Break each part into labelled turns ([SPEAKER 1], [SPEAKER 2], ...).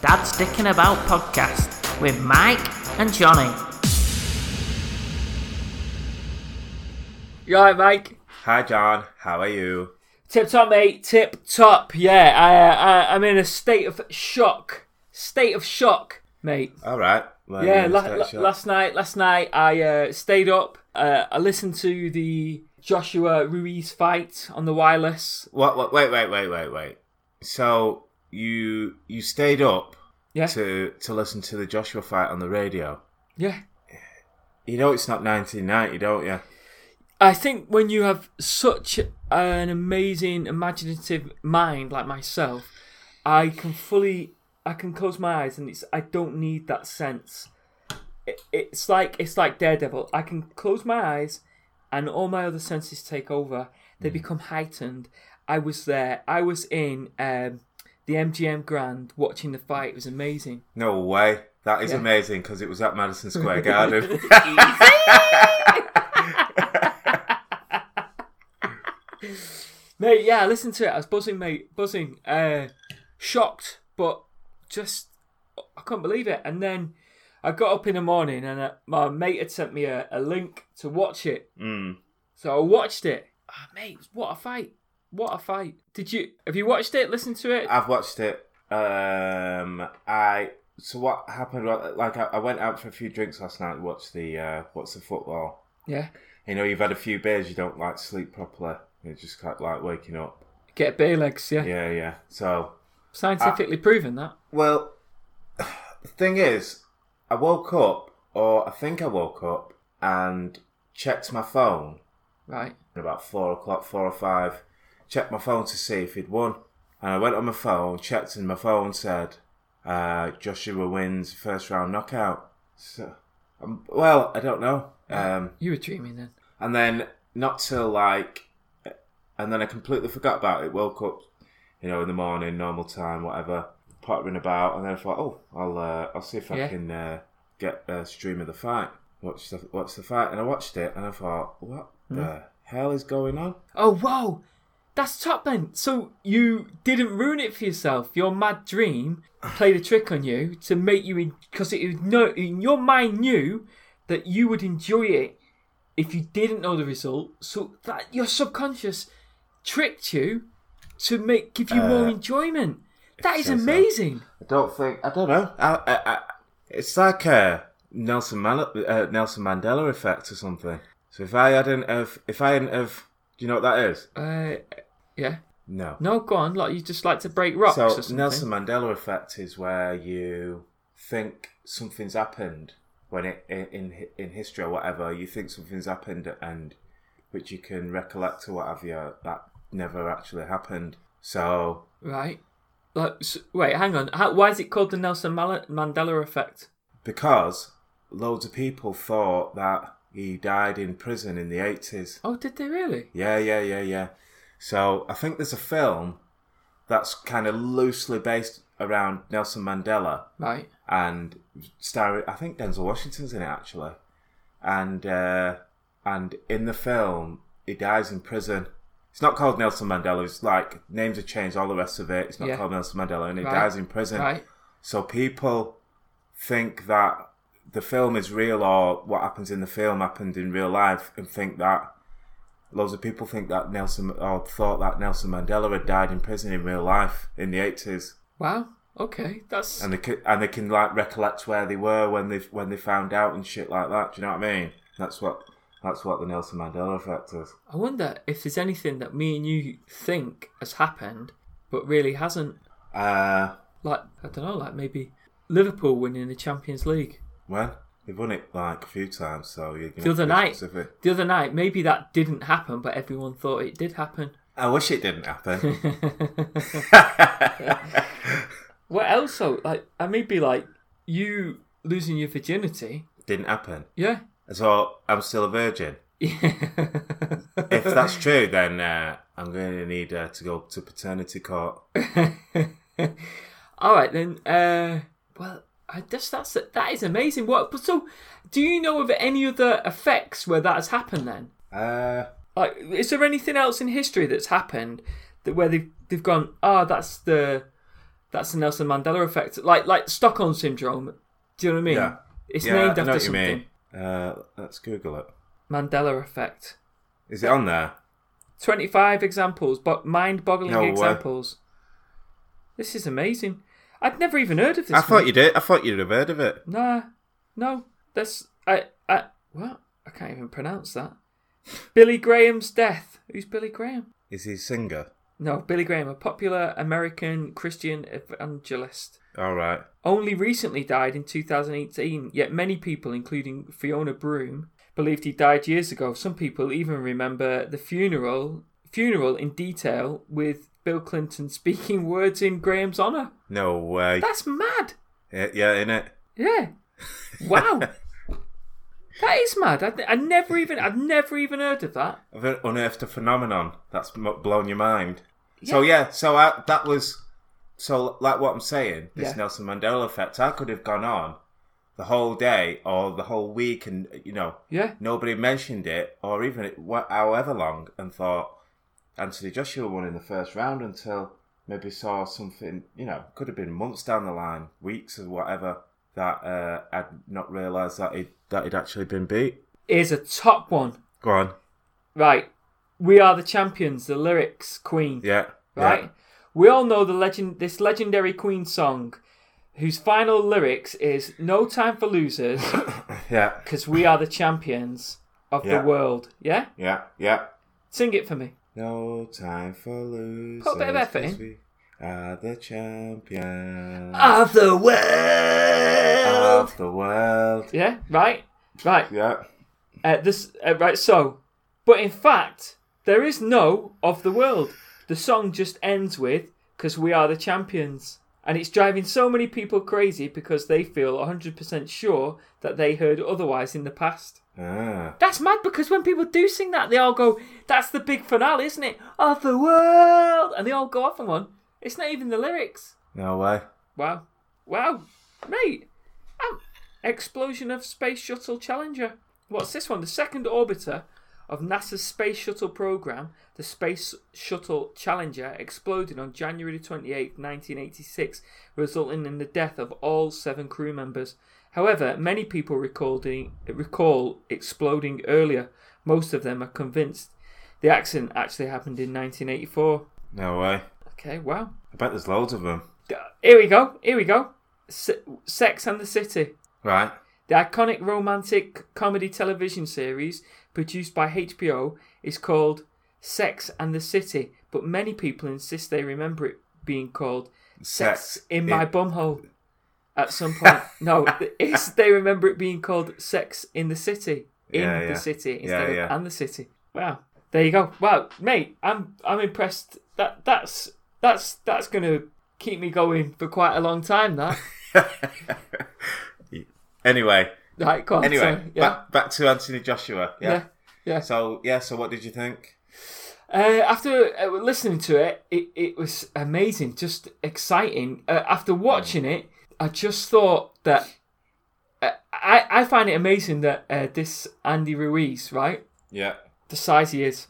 [SPEAKER 1] That Sticking About podcast with Mike and Johnny.
[SPEAKER 2] You alright, Mike?
[SPEAKER 3] Hi, John. How are you?
[SPEAKER 2] Tip top, mate. Tip top. Yeah, I, I, I'm in a state of shock. State of shock, mate.
[SPEAKER 3] All right. Let
[SPEAKER 2] yeah,
[SPEAKER 3] me
[SPEAKER 2] la-
[SPEAKER 3] start
[SPEAKER 2] la-
[SPEAKER 3] shot.
[SPEAKER 2] last night, last night I uh, stayed up. Uh, I listened to the Joshua Ruiz fight on the wireless.
[SPEAKER 3] What, what? Wait, wait, wait, wait, wait. So you you stayed up
[SPEAKER 2] Yeah,
[SPEAKER 3] to to listen to the Joshua fight on the radio.
[SPEAKER 2] yeah.
[SPEAKER 3] You know it's not 1990, don't you?
[SPEAKER 2] I think when you have such an amazing imaginative mind like myself, I can fully I can close my eyes and it's I don't need that sense. It, it's like it's like Daredevil. I can close my eyes and all my other senses take over. They become heightened. I was there. I was in um, the MGM Grand watching the fight. It was amazing.
[SPEAKER 3] No way. That is amazing because it was at Madison Square Garden.
[SPEAKER 2] Mate, yeah, I listened to it. I was buzzing, mate, buzzing, uh, shocked, but just I couldn't believe it. And then I got up in the morning, and uh, my mate had sent me a, a link to watch it.
[SPEAKER 3] mm.
[SPEAKER 2] So I watched it. Ah, mate, what a fight! What a fight! Did you have you watched it? Listened to it?
[SPEAKER 3] I've watched it. Um, I so what happened? was- Like I, I went out for a few drinks last night. and Watched the uh, what's the football?
[SPEAKER 2] yeah.
[SPEAKER 3] You know, you've had a few beers. You don't like sleep properly. You're just kind of like waking up.
[SPEAKER 2] Get bare legs. Yeah.
[SPEAKER 3] Yeah, yeah. So,
[SPEAKER 2] Scientifically proven that.
[SPEAKER 3] well, the thing is, I woke up, or I think I woke up, and checked my phone
[SPEAKER 2] Right.
[SPEAKER 3] at about four o'clock, four or five. Checked my phone to see if he'd won, and I went on my phone, checked, and my phone said, uh, "Joshua wins first round knockout." So, um, well, I don't know. Um,
[SPEAKER 2] You were dreaming then.
[SPEAKER 3] and then not till like, and then I completely forgot about it. Woke up, you know, in the morning, normal time, whatever, pottering about, and then I thought, oh, I'll uh, I'll see if I
[SPEAKER 2] Yeah.
[SPEAKER 3] can uh, get a stream of the fight. Watch the watch the fight, and I watched it, and I thought, what the hell is going on?
[SPEAKER 2] Oh whoa, that's top then. So you didn't ruin it for yourself. Your mad dream played a trick on you to make you because it no in your mind knew that you would enjoy it if you didn't know the result. So that your subconscious tricked you to make give you more enjoyment. That is
[SPEAKER 3] says Uh, so.
[SPEAKER 2] amazing.
[SPEAKER 3] I don't think I don't know. I, I, I, it's like a Nelson Mandela, uh, Nelson Mandela effect or something. So if I hadn't have, if I hadn't have, do you know what that is?
[SPEAKER 2] Uh, yeah.
[SPEAKER 3] No.
[SPEAKER 2] No, go on. Like you just like to break rocks or
[SPEAKER 3] So
[SPEAKER 2] something.
[SPEAKER 3] Nelson Mandela effect is where you think something's happened when it in in, in history or whatever you think something's happened and which you can recollect or whatever that never actually happened. So
[SPEAKER 2] Right. Like s wait, hang on. How, why is it called the Nelson Mal- Mandela effect?
[SPEAKER 3] because loads of people thought that he died in prison in the eighties.
[SPEAKER 2] Oh, did they really?
[SPEAKER 3] Yeah, yeah, yeah, yeah. So I think there's a film that's kind of loosely based around Nelson Mandela.
[SPEAKER 2] Right.
[SPEAKER 3] and starring. I think Denzel Washington's in it actually, and uh, and in the film he dies in prison. It's not called Nelson Mandela. It's like names are changed, all the rest of it. It's not
[SPEAKER 2] Yeah.
[SPEAKER 3] called Nelson Mandela, and he
[SPEAKER 2] Right.
[SPEAKER 3] dies in prison.
[SPEAKER 2] Right.
[SPEAKER 3] So people think that the film is real, or what happens in the film happened in real life, and think that loads of people think that Nelson or thought that Nelson Mandela had died in prison in real life in the eighties
[SPEAKER 2] Wow. Okay. That's
[SPEAKER 3] and they can, and they can like recollect where they were when they when they found out and shit like that. Do you know what I mean? That's what that's what the Nelson Mandela effect is.
[SPEAKER 2] I wonder if there's anything that me and you think has happened but really hasn't.
[SPEAKER 3] Uh,
[SPEAKER 2] Like I don't know, like maybe Liverpool winning the Champions League.
[SPEAKER 3] well, they've won it like a few times, so you're gonna
[SPEAKER 2] The other
[SPEAKER 3] be
[SPEAKER 2] night.
[SPEAKER 3] specific.
[SPEAKER 2] The other night, maybe that didn't happen, but everyone thought it did happen.
[SPEAKER 3] I wish it didn't happen.
[SPEAKER 2] What else though? Like I may be like you losing your virginity.
[SPEAKER 3] didn't happen.
[SPEAKER 2] Yeah.
[SPEAKER 3] So I'm still a virgin. If that's true, then uh, I'm going to need uh, to go to paternity court.
[SPEAKER 2] All right then. Uh, well, I just that's that is amazing. What? But so, do you know of any other effects where that has happened? Then,
[SPEAKER 3] Uh,
[SPEAKER 2] like, is there anything else in history that's happened that where they've they've gone? Ah, that's the That's the Nelson Mandela effect, like like Stockholm syndrome. Do you know what I mean?
[SPEAKER 3] Yeah.
[SPEAKER 2] It's
[SPEAKER 3] yeah,
[SPEAKER 2] named
[SPEAKER 3] I
[SPEAKER 2] after
[SPEAKER 3] know what you
[SPEAKER 2] something.
[SPEAKER 3] mean. Uh, let's Google it.
[SPEAKER 2] Mandela effect.
[SPEAKER 3] Is it on there?
[SPEAKER 2] 25 examples, but mind-boggling
[SPEAKER 3] No way.
[SPEAKER 2] examples. This is amazing. I'd never even heard of this.
[SPEAKER 3] I thought
[SPEAKER 2] one.
[SPEAKER 3] you did. I thought you'd have heard of it.
[SPEAKER 2] Nah, no. That's I I what? I can't even pronounce that. Billy Graham's death. Who's Billy Graham?
[SPEAKER 3] Is he a singer?
[SPEAKER 2] No, Billy Graham, a popular American Christian evangelist.
[SPEAKER 3] All right.
[SPEAKER 2] Only recently died in 2018, yet many people, including Fiona Broom, believed he died years ago. Some people even remember the funeral funeral in detail with Bill Clinton speaking words in Graham's honour.
[SPEAKER 3] No way.
[SPEAKER 2] That's mad.
[SPEAKER 3] Yeah, yeah, in it.
[SPEAKER 2] Yeah. Wow. that is mad. I, I never even I've never even heard of that.
[SPEAKER 3] I've unearthed a phenomenon that's m- blown your mind. So yeah, so I, that was so like what I'm saying. This
[SPEAKER 2] Yeah.
[SPEAKER 3] Nelson Mandela effect. I could have gone on the whole day or the whole week, and you know
[SPEAKER 2] Yeah.
[SPEAKER 3] nobody mentioned it, or even it, wh- however long, and thought Anthony Joshua won in the first round until maybe saw something. You know, could have been months down the line, weeks or whatever. That uh, I'd not realised that he that he'd actually been beat.
[SPEAKER 2] Here's a top one.
[SPEAKER 3] Go on,
[SPEAKER 2] Right. We are the champions, the lyrics queen.
[SPEAKER 3] yeah,
[SPEAKER 2] right?
[SPEAKER 3] yeah.
[SPEAKER 2] We all know the legend, this legendary Queen song, whose final lyrics is "No time for losers,
[SPEAKER 3] yeah.
[SPEAKER 2] because we are the champions of
[SPEAKER 3] Yeah.
[SPEAKER 2] the world." Yeah,
[SPEAKER 3] Yeah, yeah.
[SPEAKER 2] sing it for me.
[SPEAKER 3] No time for losers.
[SPEAKER 2] Put a bit of effort in.
[SPEAKER 3] 'cause We are the champions
[SPEAKER 2] Of the world.
[SPEAKER 3] of the world.
[SPEAKER 2] Yeah, right, right.
[SPEAKER 3] Yeah.
[SPEAKER 2] Uh, this uh, right. So, but in fact, there is no of the world. The song just ends with "Because we are the champions," and it's driving so many people crazy because they feel 100% sure that they heard otherwise in the past.
[SPEAKER 3] Ah.
[SPEAKER 2] That's mad because when people do sing that, they all go, "That's the big finale, isn't it?" Of the world, and they all go off on one. It's not even the lyrics.
[SPEAKER 3] No way.
[SPEAKER 2] Wow, wow, mate! Um, explosion of space shuttle Challenger. What's this one? The second orbiter of NASA's space shuttle program, the Space Shuttle Challenger, exploded on January 28, 1986, resulting in the death of all seven crew members. However, many people recalling, recall exploding earlier. Most of them are convinced the accident actually happened in 1984.
[SPEAKER 3] No way.
[SPEAKER 2] Okay, wow.
[SPEAKER 3] I bet there's loads of them.
[SPEAKER 2] Here we go. Here we go. Se- Sex and the City,
[SPEAKER 3] Right.
[SPEAKER 2] the iconic romantic comedy television series produced by HBO, is called Sex and the City, but many people insist they remember it being called Sex, in My Bumhole. At some point, no, it's, they remember it being called Sex in the City, in
[SPEAKER 3] Yeah, yeah.
[SPEAKER 2] the city
[SPEAKER 3] Yeah,
[SPEAKER 2] instead of
[SPEAKER 3] yeah.
[SPEAKER 2] and the city. Wow, there you go. Wow, mate, I'm I'm impressed. That that's that's that's gonna keep me going for quite a long time. That
[SPEAKER 3] Anyway.
[SPEAKER 2] Right, go on.
[SPEAKER 3] Anyway.
[SPEAKER 2] sorry. yeah.
[SPEAKER 3] Back back to Anthony Joshua. Yeah.
[SPEAKER 2] yeah, yeah.
[SPEAKER 3] So yeah. So what did you think?
[SPEAKER 2] Uh, after uh, listening to it, it, it was amazing, just exciting. Uh, after
[SPEAKER 3] Hmm.
[SPEAKER 2] watching it, I just thought that uh, I I find it amazing that uh, this Andy Ruiz, right,
[SPEAKER 3] Yeah.
[SPEAKER 2] the size he is.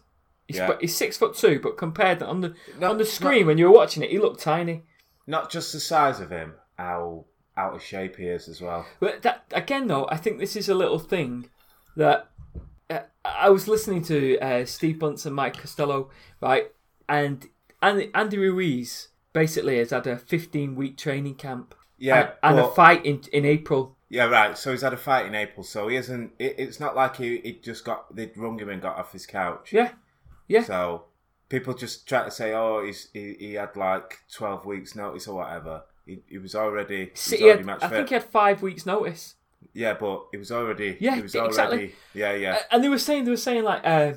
[SPEAKER 2] He's,
[SPEAKER 3] Yeah.
[SPEAKER 2] but he's six foot two, but compared on the
[SPEAKER 3] No,
[SPEAKER 2] on the screen when you were watching it, he looked tiny.
[SPEAKER 3] Not just the size of him. How out of shape he is as well.
[SPEAKER 2] But that again, though, I think this is a little thing that uh, I was listening to uh, Steve Bunce and Mike Costello, right, and and Andy Ruiz basically has had a 15 week training camp
[SPEAKER 3] Yeah.
[SPEAKER 2] and, and a
[SPEAKER 3] but-
[SPEAKER 2] fight in in April.
[SPEAKER 3] Yeah, right. So he's had a fight in April, so he isn't. It, it's not like he, he just got they'd rung him and got off his couch.
[SPEAKER 2] Yeah, yeah.
[SPEAKER 3] So people just try to say, oh, he's, he he had like twelve weeks notice or whatever. He, he was already. He was
[SPEAKER 2] City had,
[SPEAKER 3] already match
[SPEAKER 2] I
[SPEAKER 3] fit.
[SPEAKER 2] think he had five weeks notice.
[SPEAKER 3] Yeah, but he was already.
[SPEAKER 2] Yeah,
[SPEAKER 3] he was
[SPEAKER 2] exactly. Uh,
[SPEAKER 3] already. Yeah, yeah,
[SPEAKER 2] A- and they were saying they were saying like uh,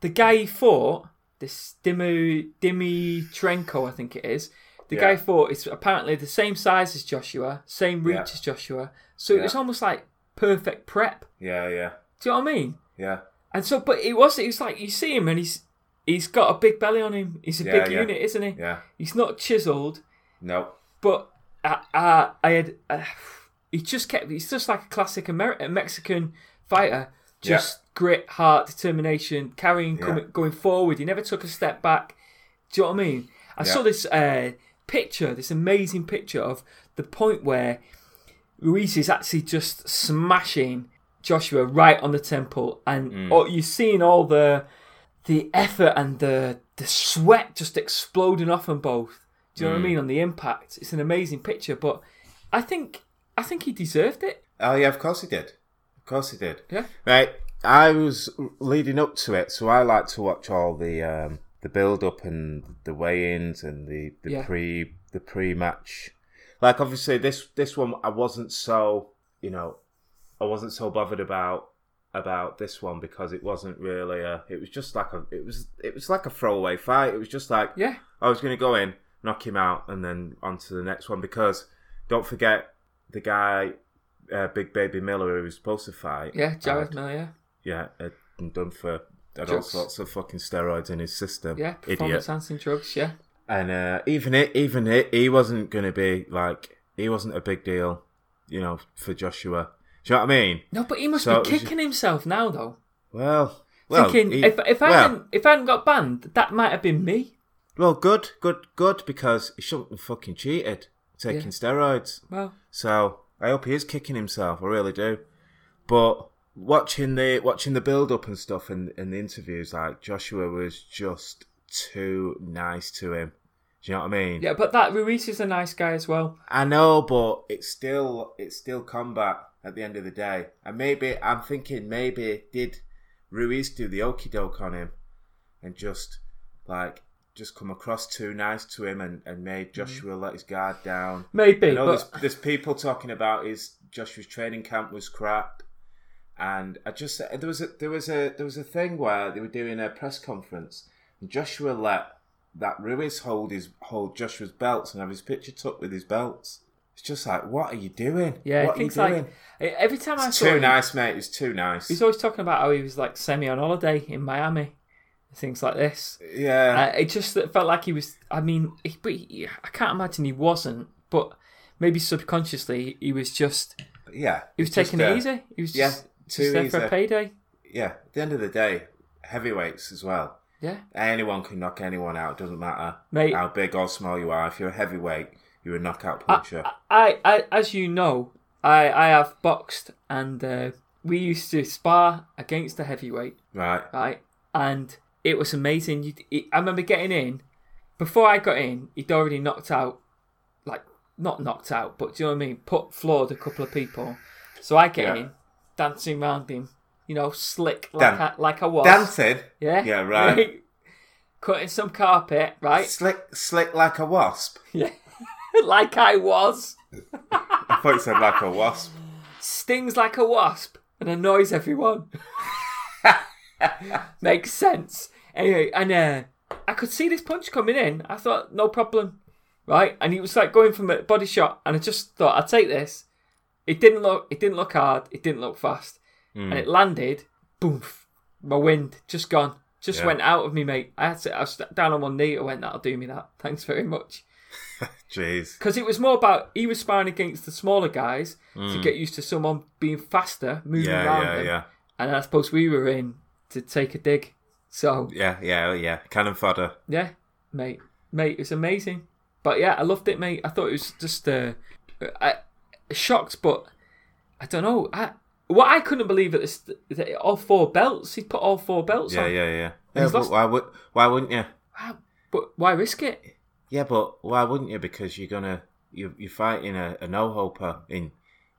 [SPEAKER 2] the guy he fought this Dimu Dimitrenko I think it is the
[SPEAKER 3] Yeah.
[SPEAKER 2] guy he fought is apparently the same size as Joshua same reach
[SPEAKER 3] Yeah.
[SPEAKER 2] as Joshua so it was
[SPEAKER 3] Yeah.
[SPEAKER 2] almost like perfect prep
[SPEAKER 3] yeah, yeah,
[SPEAKER 2] do you know what I mean
[SPEAKER 3] yeah,
[SPEAKER 2] and so but it was it was like you see him and he's he's got a big belly on him he's a
[SPEAKER 3] Yeah,
[SPEAKER 2] big
[SPEAKER 3] yeah.
[SPEAKER 2] unit isn't he
[SPEAKER 3] yeah.
[SPEAKER 2] he's not chiseled
[SPEAKER 3] No,
[SPEAKER 2] but I, I, I had uh, he just kept he's just like a classic Amer- Mexican fighter just grit heart determination carrying
[SPEAKER 3] Yeah.
[SPEAKER 2] coming, going forward he never took a step back do you know what I mean I
[SPEAKER 3] Yeah.
[SPEAKER 2] saw this uh, picture, this amazing picture of the point where Ruiz is actually just smashing Joshua right on the temple, and
[SPEAKER 3] Mm.
[SPEAKER 2] all, you're seeing all the the effort and the the sweat just exploding off them both. Do you
[SPEAKER 3] Mm.
[SPEAKER 2] know what I mean? On the impact, it's an amazing picture. But I think I think he deserved it.
[SPEAKER 3] Oh yeah, of course he did. Of course he did.
[SPEAKER 2] Yeah.
[SPEAKER 3] Right. I was leading up to it, so I like to watch all the um, the build up and the weigh-ins and the, the
[SPEAKER 2] Yeah.
[SPEAKER 3] pre the pre-match. Like obviously this this one I wasn't so you know I wasn't so bothered about about this one because it wasn't really a it was just like a it was it was like a throwaway fight. It was just like
[SPEAKER 2] Yeah.
[SPEAKER 3] I was going to go in, knock him out, and then on to the next one because don't forget the guy, uh, Big Baby Miller, who was supposed to fight. Uh,
[SPEAKER 2] Yeah, Jared
[SPEAKER 3] had-
[SPEAKER 2] Miller. Yeah.
[SPEAKER 3] Yeah, had been done for had all
[SPEAKER 2] Drugs.
[SPEAKER 3] sorts of fucking steroids in his system.
[SPEAKER 2] Yeah, performance
[SPEAKER 3] idiot.
[SPEAKER 2] enhancing drugs. Yeah,
[SPEAKER 3] And uh, even it, even it, he wasn't going to be like he wasn't a big deal, you know, for Joshua. Do you know what I mean?
[SPEAKER 2] no, but he must
[SPEAKER 3] So it
[SPEAKER 2] be
[SPEAKER 3] was just-
[SPEAKER 2] kicking himself now though.
[SPEAKER 3] Well, well,
[SPEAKER 2] Thinking
[SPEAKER 3] he-
[SPEAKER 2] if if I
[SPEAKER 3] well,
[SPEAKER 2] hadn't if I hadn't got banned, that might have been me.
[SPEAKER 3] well, good, good, good, because he shouldn't have fucking cheated, taking
[SPEAKER 2] Yeah.
[SPEAKER 3] steroids.
[SPEAKER 2] Well,
[SPEAKER 3] So I hope he is kicking himself. I really do. But watching the watching the build up and stuff and, and the interviews, like Joshua was just too nice to him. Do you know what I mean?
[SPEAKER 2] yeah, but that Ruiz is a nice guy as well.
[SPEAKER 3] I know, but it's still it's still combat at the end of the day. And maybe I'm thinking maybe did Ruiz do the okey doke on him and just like just come across too nice to him and, and made Joshua let his guard down.
[SPEAKER 2] Maybe,
[SPEAKER 3] I know
[SPEAKER 2] but
[SPEAKER 3] there's, there's people talking about his Joshua's training camp was crap, and I just there was a there was a there was a thing where they were doing a press conference, and Joshua let that Ruiz hold his hold Joshua's belts and have his picture tucked with his belts. It's just like, what are you doing?
[SPEAKER 2] yeah,
[SPEAKER 3] what are you
[SPEAKER 2] things
[SPEAKER 3] doing?
[SPEAKER 2] like every time I
[SPEAKER 3] it's
[SPEAKER 2] saw
[SPEAKER 3] too
[SPEAKER 2] him,
[SPEAKER 3] nice, mate. It's too nice.
[SPEAKER 2] he's always talking about how he was like semi on holiday in Miami, things like this.
[SPEAKER 3] yeah,
[SPEAKER 2] Uh, it just felt like he was. I mean, he, but he, I can't imagine he wasn't. But maybe subconsciously he was just
[SPEAKER 3] yeah.
[SPEAKER 2] he was taking it easy. He was
[SPEAKER 3] yeah,
[SPEAKER 2] just,
[SPEAKER 3] too
[SPEAKER 2] just there for
[SPEAKER 3] easy.
[SPEAKER 2] a payday.
[SPEAKER 3] Yeah, at the end of the day, heavyweights as well.
[SPEAKER 2] Yeah,
[SPEAKER 3] Anyone can knock anyone out. Doesn't matter
[SPEAKER 2] Mate.
[SPEAKER 3] how big or small you are. If you're a heavyweight, you're a knockout
[SPEAKER 2] Ah.
[SPEAKER 3] puncher.
[SPEAKER 2] I, I as you know, I, I have boxed and uh, we used to spar against the heavyweight,
[SPEAKER 3] right?
[SPEAKER 2] right? And it was amazing. You, it, I remember getting in. Before I got in, he'd already knocked out, like not knocked out, but do you know what I mean? Put floored a couple of people. So I get
[SPEAKER 3] Yeah.
[SPEAKER 2] in, dancing round him, you know, slick like
[SPEAKER 3] Dan-
[SPEAKER 2] I, like I was.
[SPEAKER 3] Dancing,
[SPEAKER 2] Yeah.
[SPEAKER 3] Yeah, right.
[SPEAKER 2] Cutting some carpet, right?
[SPEAKER 3] slick, slick like a wasp.
[SPEAKER 2] Yeah. like I was.
[SPEAKER 3] I thought you said like a wasp.
[SPEAKER 2] stings like a wasp and annoys everyone. Makes sense. Anyway, and uh, I could see this punch coming in. I thought, no problem, right? And he was like going from a body shot, and I just thought, I'll take this. It didn't look, it didn't look hard, it didn't look fast, and it landed. Boom! My wind just gone, just
[SPEAKER 3] Yeah.
[SPEAKER 2] went out of me, mate. I had to, I was down on one knee. I went, that'll do me. That. Thanks very much
[SPEAKER 3] Jeez.
[SPEAKER 2] because it was more about he was sparring against the smaller guys to get used to someone being faster, moving
[SPEAKER 3] Mm. Yeah,
[SPEAKER 2] around
[SPEAKER 3] yeah,
[SPEAKER 2] them.
[SPEAKER 3] yeah,
[SPEAKER 2] And I suppose we were in to take a dig. So
[SPEAKER 3] yeah, yeah, yeah. Cannon fodder.
[SPEAKER 2] yeah, mate, mate, it's amazing. But yeah, I loved it, mate. I thought it was just uh, I, shocked, but I don't know. I, what I couldn't believe at this, that all four belts. He put all four belts
[SPEAKER 3] Yeah,
[SPEAKER 2] on.
[SPEAKER 3] yeah, yeah. yeah
[SPEAKER 2] he's
[SPEAKER 3] but
[SPEAKER 2] lost-
[SPEAKER 3] why would? Why wouldn't you?
[SPEAKER 2] Wow. But why risk it?
[SPEAKER 3] Yeah, but why wouldn't you? Because you're gonna you you're fighting a, a no hoper in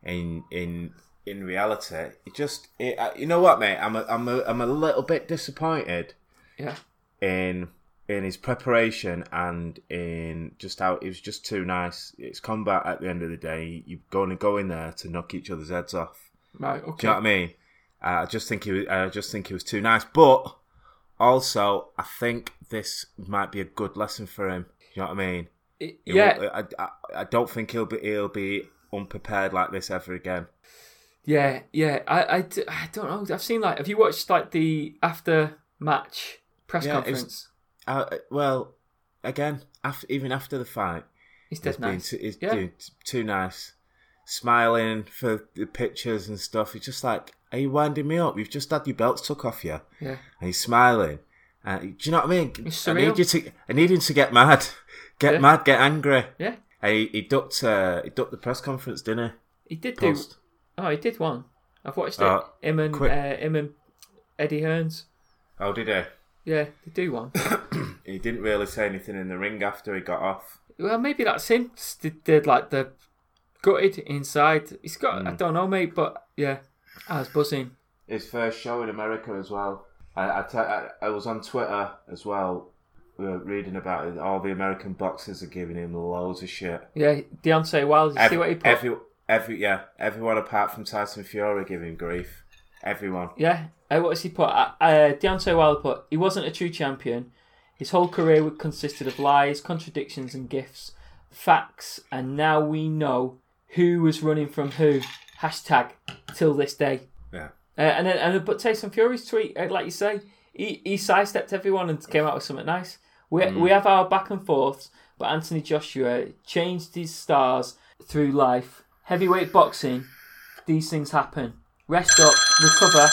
[SPEAKER 3] in in in reality. You just it, I, you know what, mate. I'm a, I'm a, I'm a little bit disappointed
[SPEAKER 2] Yeah,
[SPEAKER 3] in in his preparation and in just how it was just too nice. It's combat at the end of the day. You're going to go in there to knock each other's heads off.
[SPEAKER 2] right.
[SPEAKER 3] Do
[SPEAKER 2] Okay.
[SPEAKER 3] you know what I mean? Uh, I just think he was. I just think he was too nice. But also, I think this might be a good lesson for him. Do you know what I mean?
[SPEAKER 2] It-
[SPEAKER 3] He
[SPEAKER 2] yeah,
[SPEAKER 3] will- I, I, I don't think he'll be he'll be unprepared like this ever again.
[SPEAKER 2] Yeah, yeah. I, I, d- I don't know. I've seen like, have you watched like the after match press
[SPEAKER 3] Yeah, it was-
[SPEAKER 2] conference?
[SPEAKER 3] Uh, well, again, after, even after the fight,
[SPEAKER 2] He's
[SPEAKER 3] He's
[SPEAKER 2] dead nice.
[SPEAKER 3] Being too, he's
[SPEAKER 2] Yeah.
[SPEAKER 3] doing t- too nice. Smiling for the pictures and stuff. He's just like, Are you winding me up? You've just had your belts took off you.
[SPEAKER 2] Yeah,
[SPEAKER 3] And he's smiling. Uh, do you know what I mean?
[SPEAKER 2] It's
[SPEAKER 3] I need
[SPEAKER 2] surreal.
[SPEAKER 3] you to. I need him to get mad, get
[SPEAKER 2] Yeah.
[SPEAKER 3] mad, get angry.
[SPEAKER 2] Yeah,
[SPEAKER 3] And he, he ducked. Uh, he ducked the press conference, didn't
[SPEAKER 2] he did
[SPEAKER 3] he? Post.
[SPEAKER 2] do. Oh, he did one. I've watched it.
[SPEAKER 3] Oh,
[SPEAKER 2] him and
[SPEAKER 3] quick.
[SPEAKER 2] uh, him and Eddie Hearns.
[SPEAKER 3] Oh, did he?
[SPEAKER 2] Yeah, they do one.
[SPEAKER 3] He didn't really say anything in the ring after he got off.
[SPEAKER 2] well, maybe that's him. Just Did, did like the gutted inside. He's got.
[SPEAKER 3] Hmm.
[SPEAKER 2] I don't know, mate. But yeah, I was buzzing.
[SPEAKER 3] his first show in America as well. I I te- I- I was on Twitter as well, uh, reading about it. All the American boxers are giving him loads of shit.
[SPEAKER 2] Yeah, Deontay Wilder. You see what he put?
[SPEAKER 3] every, every, yeah, everyone apart from Tyson Fury giving him grief. Everyone.
[SPEAKER 2] Yeah. Uh, what does he put? Uh, uh, Deontay Wilder put, he wasn't a true champion. His whole career would- consisted of lies, contradictions, and gifts, facts, and now we know who was running from who. Hashtag till this day.
[SPEAKER 3] Yeah.
[SPEAKER 2] Uh, and then, and then, but Tyson Fury's tweet, uh, like you say, he, he sidestepped everyone and came out with something nice. We we have our back and forths, but Anthony Joshua changed his stars through life. Heavyweight boxing, these things happen. Rest up, recover.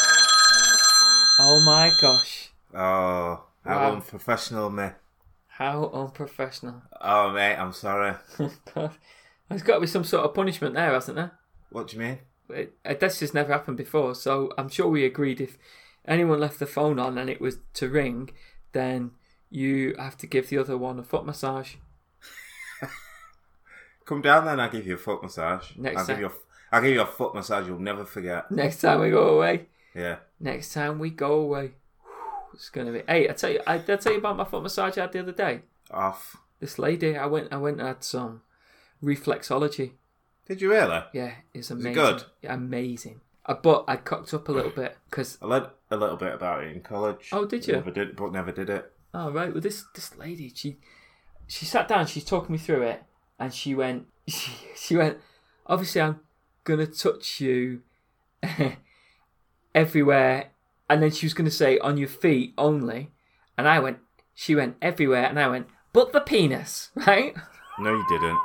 [SPEAKER 2] Oh my gosh,
[SPEAKER 3] Oh, how
[SPEAKER 2] Wow.
[SPEAKER 3] unprofessional of me.
[SPEAKER 2] how unprofessional!
[SPEAKER 3] Oh, mate, I'm sorry.
[SPEAKER 2] God, there's got to be some sort of punishment there, hasn't there?
[SPEAKER 3] What do you mean?
[SPEAKER 2] it, uh, this has never happened before, so I'm sure we agreed if anyone left the phone on and it was to ring, then you have to give the other one a foot massage.
[SPEAKER 3] Come down then. I'll give you a foot massage.
[SPEAKER 2] Next
[SPEAKER 3] I'll
[SPEAKER 2] time.
[SPEAKER 3] give you. A, f- I'll give you a foot massage. You'll never forget.
[SPEAKER 2] Next time we go away.
[SPEAKER 3] Yeah.
[SPEAKER 2] Next time we go away. Whew, It's gonna be. Hey, I tell you, I did I tell you about my foot massage I had the other day.
[SPEAKER 3] Off.
[SPEAKER 2] This lady, I went, I went and had some reflexology.
[SPEAKER 3] Did you really?
[SPEAKER 2] Yeah, it's amazing.
[SPEAKER 3] good?
[SPEAKER 2] Yeah, amazing. Uh, But I cocked up a little bit because
[SPEAKER 3] I learned a little bit about it in college.
[SPEAKER 2] Oh, did you?
[SPEAKER 3] Never did, but never did it.
[SPEAKER 2] Oh right, well this this lady she she sat down, she's talking me through it, and she went she, she went obviously I'm gonna touch you everywhere and then she was gonna say on your feet only and I went she went everywhere and I went but the penis, right?
[SPEAKER 3] No, you didn't.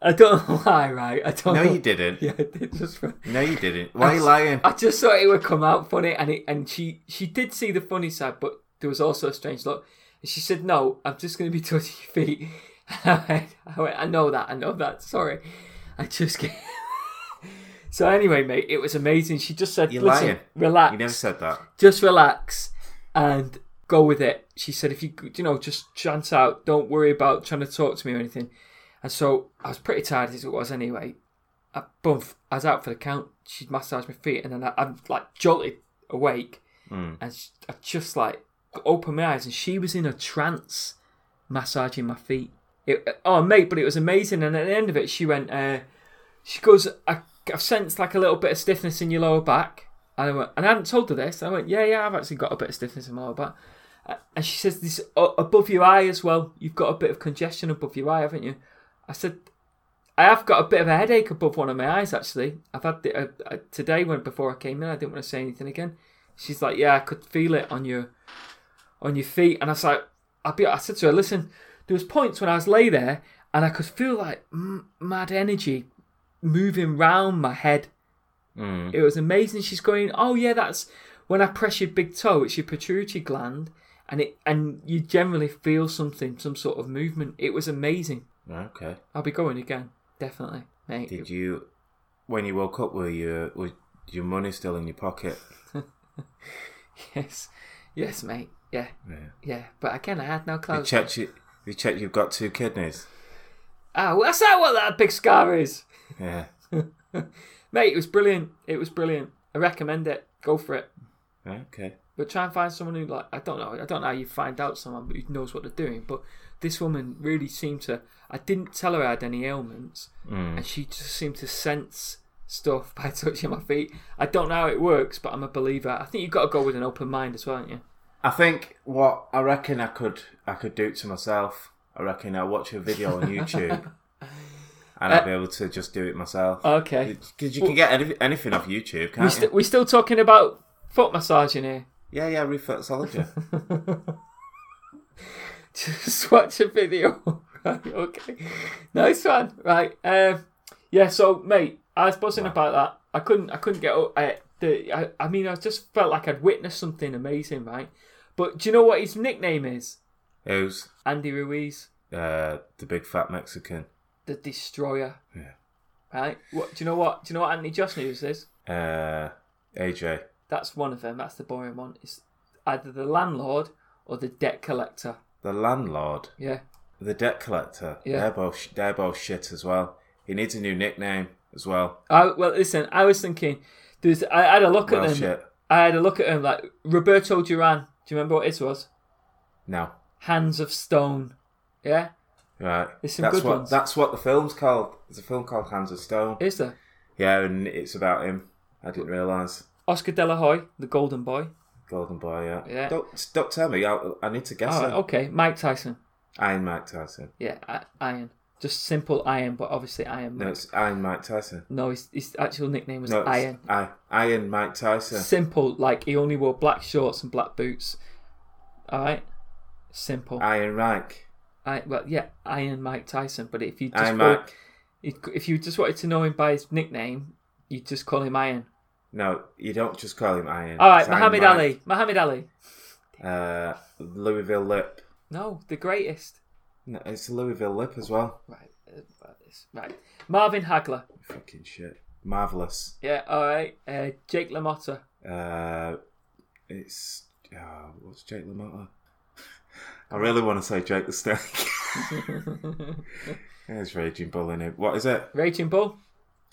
[SPEAKER 2] I don't know why, right? I don't
[SPEAKER 3] No,
[SPEAKER 2] know.
[SPEAKER 3] you didn't.
[SPEAKER 2] Yeah, I did just for
[SPEAKER 3] No, you didn't. Why are you lying?
[SPEAKER 2] I just thought it would come out funny, and it, and she she did see the funny side, but there was also a strange look. And she said, "No, I'm just going to be touching your feet." I went, I went, "I know that, I know that. Sorry, I just." Get... so anyway, mate, it was amazing. She just said,
[SPEAKER 3] You're
[SPEAKER 2] "Listen,
[SPEAKER 3] lying.
[SPEAKER 2] relax,
[SPEAKER 3] You never said that.
[SPEAKER 2] just relax, and go with it." She said, "If you you know, just chance out. Don't worry about trying to talk to me or anything." And so I was pretty tired as it was anyway. I bump, I was out for the count. She massaged my feet, and then I, I'm like jolted awake, and sh I just like opened my eyes, and she was in a trance, massaging my feet. It, oh mate, but it was amazing. And at the end of it, she went, uh, she goes, I, I've sensed like a little bit of stiffness in your lower back. And I went, and I hadn't told her this. I went, yeah, yeah, I've actually got a bit of stiffness in my lower back. Uh, And she says, this uh, above your eye as well. You've got a bit of congestion above your eye, haven't you? I said, I have got a bit of a headache above one of my eyes actually. I've had the, uh, uh, today when before I came in, I didn't want to say anything again. She's like, "Yeah, I could feel it on your on your feet," and I was like, "I be." I said to her, "Listen, there was points when I was lay there and I could feel like m- mad energy moving round my head. It was amazing. She's going, "Oh yeah, that's when I press your big toe. It's your pituitary gland." And it and you generally feel something, some sort of movement. It was amazing.
[SPEAKER 3] Okay.
[SPEAKER 2] I'll be going again, definitely, mate.
[SPEAKER 3] Did you, when you woke up, were you, was your money still in your pocket?
[SPEAKER 2] Yes, yes, mate. Yeah,
[SPEAKER 3] Yeah.
[SPEAKER 2] yeah. But again, I had no
[SPEAKER 3] You
[SPEAKER 2] clothes.
[SPEAKER 3] checked you, you checked you've got two kidneys.
[SPEAKER 2] Ah, well, that's not what that big scar is,
[SPEAKER 3] Yeah.
[SPEAKER 2] mate. It was brilliant. It was brilliant. I recommend it. Go for it.
[SPEAKER 3] Okay.
[SPEAKER 2] But try and find someone who like I don't know. I don't know how you find out someone who knows what they're doing. But this woman really seemed to. I didn't tell her I had any ailments, and she just seemed to sense stuff by touching my feet. I don't know how it works, but I'm a believer. I think you've got to go with an open mind as well, haven't you?
[SPEAKER 3] I think what I reckon I could I could do to myself. I reckon I'll watch a video on YouTube, and I'll be able to just do it myself.
[SPEAKER 2] Uh, Okay.
[SPEAKER 3] Because you can get any, anything off YouTube,
[SPEAKER 2] We
[SPEAKER 3] can't you?
[SPEAKER 2] st- we still talking about foot massaging here.
[SPEAKER 3] Yeah, yeah, reflexology.
[SPEAKER 2] just watch a video. right, okay. Nice one. Right. Um, yeah. So, mate, I was buzzing about that. I couldn't. I couldn't get up. I, The I, I mean, I just felt like I'd witnessed something amazing, right? But do you know what his nickname is?
[SPEAKER 3] Who's
[SPEAKER 2] Andy Ruiz,
[SPEAKER 3] uh, the big fat Mexican?
[SPEAKER 2] the Destroyer.
[SPEAKER 3] Yeah.
[SPEAKER 2] Right. What do you know? What do you know? What Anthony Josh News is?
[SPEAKER 3] Uh, AJ.
[SPEAKER 2] That's one of them. That's the boring one. It's either the landlord or the debt collector.
[SPEAKER 3] The landlord,
[SPEAKER 2] Yeah.
[SPEAKER 3] the debt collector.
[SPEAKER 2] Yeah.
[SPEAKER 3] They're both sh- they're both shit as well. He needs a new nickname as well.
[SPEAKER 2] I, well, listen. I was thinking. There's. I had a look at
[SPEAKER 3] Well,
[SPEAKER 2] them.
[SPEAKER 3] shit.
[SPEAKER 2] I had a look at him like Roberto Duran. Do you remember what his was?
[SPEAKER 3] No.
[SPEAKER 2] Hands of Stone. Yeah.
[SPEAKER 3] Right.
[SPEAKER 2] There's some
[SPEAKER 3] that's
[SPEAKER 2] good
[SPEAKER 3] what
[SPEAKER 2] ones.
[SPEAKER 3] that's what the film's called. There's a film called Hands of Stone.
[SPEAKER 2] Is there?
[SPEAKER 3] Yeah, and it's about him. I didn't realise.
[SPEAKER 2] Oscar De La Hoya, the Golden Boy.
[SPEAKER 3] Golden Boy, yeah.
[SPEAKER 2] Yeah.
[SPEAKER 3] Don't don't tell me. I, I need to guess.
[SPEAKER 2] All
[SPEAKER 3] it.
[SPEAKER 2] right. oh. Okay. Mike Tyson.
[SPEAKER 3] Iron Mike Tyson.
[SPEAKER 2] Yeah. I, iron. Just simple iron, but obviously iron.
[SPEAKER 3] No,
[SPEAKER 2] No,
[SPEAKER 3] it's Iron Mike Tyson.
[SPEAKER 2] no his, his actual nickname was
[SPEAKER 3] No, it's
[SPEAKER 2] Iron.
[SPEAKER 3] I, Iron Mike Tyson.
[SPEAKER 2] Simple, like he only wore black shorts and black boots. All right, simple. I,
[SPEAKER 3] Iron Mike.
[SPEAKER 2] well, yeah, Iron Mike Tyson. But if you just
[SPEAKER 3] Iron
[SPEAKER 2] wa-
[SPEAKER 3] Mike.
[SPEAKER 2] if- if you just wanted to know him by his nickname, you just call him Iron.
[SPEAKER 3] No, you don't just call him Iron.
[SPEAKER 2] All right,
[SPEAKER 3] It's Iron
[SPEAKER 2] Muhammad
[SPEAKER 3] Mike.
[SPEAKER 2] Ali. Muhammad Ali.
[SPEAKER 3] Uh, Louisville Lip.
[SPEAKER 2] No, the greatest.
[SPEAKER 3] No, it's Louisville Lip as well.
[SPEAKER 2] Right, uh, right, this- right. Marvin Hagler.
[SPEAKER 3] Fucking shit. Marvelous.
[SPEAKER 2] Yeah, all right. Uh, Jake LaMotta.
[SPEAKER 3] Uh, it's oh, what's Jake LaMotta? I really want to say Jake the Snake. it's Raging Bull in it. What is it?
[SPEAKER 2] Raging Bull.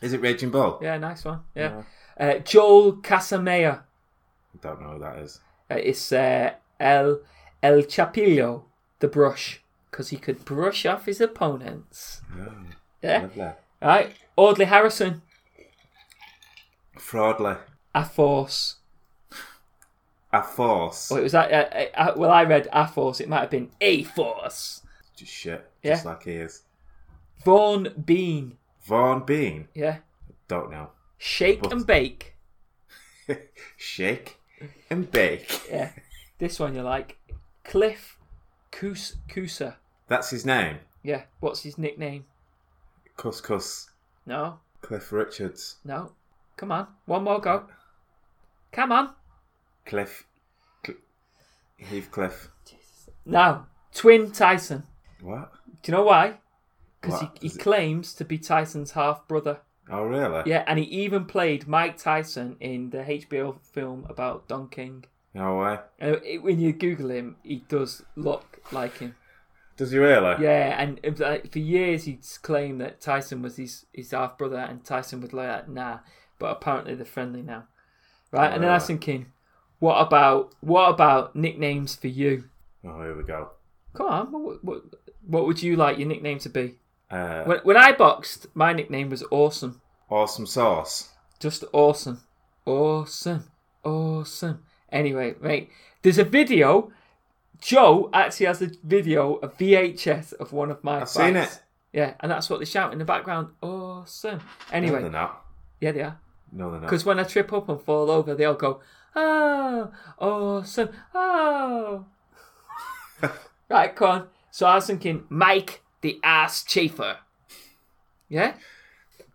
[SPEAKER 3] Is it Raging Bull?
[SPEAKER 2] Yeah, nice one. Yeah. Uh, Joel Casamea.
[SPEAKER 3] I don't know who that is.
[SPEAKER 2] Uh, it's uh, El El Chapillo, the brush, because he could brush off his opponents.
[SPEAKER 3] Oh,
[SPEAKER 2] Yeah.
[SPEAKER 3] lovely.
[SPEAKER 2] Right. Audley Harrison,
[SPEAKER 3] Fraudly.
[SPEAKER 2] a force.
[SPEAKER 3] A force.
[SPEAKER 2] Oh, it was that. Uh, uh, well, I read a force. It might have been a force.
[SPEAKER 3] Just shit.
[SPEAKER 2] Yeah.
[SPEAKER 3] Just like he is.
[SPEAKER 2] Vaughn Bean.
[SPEAKER 3] Vaughn Bean.
[SPEAKER 2] Yeah.
[SPEAKER 3] Don't know.
[SPEAKER 2] Shake and bake.
[SPEAKER 3] Shake and bake.
[SPEAKER 2] Yeah. This one you like. Cliff Kus Kusa.
[SPEAKER 3] That's his name.
[SPEAKER 2] Yeah. What's his nickname?
[SPEAKER 3] Cuss Cuss.
[SPEAKER 2] No.
[SPEAKER 3] Cliff Richards.
[SPEAKER 2] No. Come on. One more go. Come on.
[SPEAKER 3] Cliff. Cl- Heathcliff.
[SPEAKER 2] Now, Twin Tyson.
[SPEAKER 3] What?
[SPEAKER 2] Do you know why? Because
[SPEAKER 3] What?
[SPEAKER 2] he, he
[SPEAKER 3] Is it-
[SPEAKER 2] claims to be Tyson's half brother.
[SPEAKER 3] Oh, really?
[SPEAKER 2] Yeah, and he even played Mike Tyson in the HBO film about Don King.
[SPEAKER 3] No way.
[SPEAKER 2] And it- when you Google him, he does look like him.
[SPEAKER 3] Does he really?
[SPEAKER 2] Yeah, and it was like- for years he's claimed that Tyson was his, his half brother, and Tyson would like, nah. But apparently they're friendly now, right? and then I was
[SPEAKER 3] Right.
[SPEAKER 2] thinking, what about what about nicknames for you?
[SPEAKER 3] Oh, here we go.
[SPEAKER 2] Come on, what, what, what would you like your nickname to be?
[SPEAKER 3] Uh,
[SPEAKER 2] When, when I boxed, my nickname was Awesome.
[SPEAKER 3] awesome sauce.
[SPEAKER 2] Just awesome. Awesome. Awesome. Anyway, mate, there's a video. Joe actually has a video, a VHS of one of my
[SPEAKER 3] I've seen
[SPEAKER 2] fights.
[SPEAKER 3] it.
[SPEAKER 2] Yeah, and that's what they shout in the background. Awesome.
[SPEAKER 3] No, they're
[SPEAKER 2] Anyway,
[SPEAKER 3] not.
[SPEAKER 2] yeah, they are.
[SPEAKER 3] No, they're not.
[SPEAKER 2] Because when I trip up and fall over, they all go, oh, awesome. Oh. right, come on. So I was thinking, Mike the ass chafer. Yeah?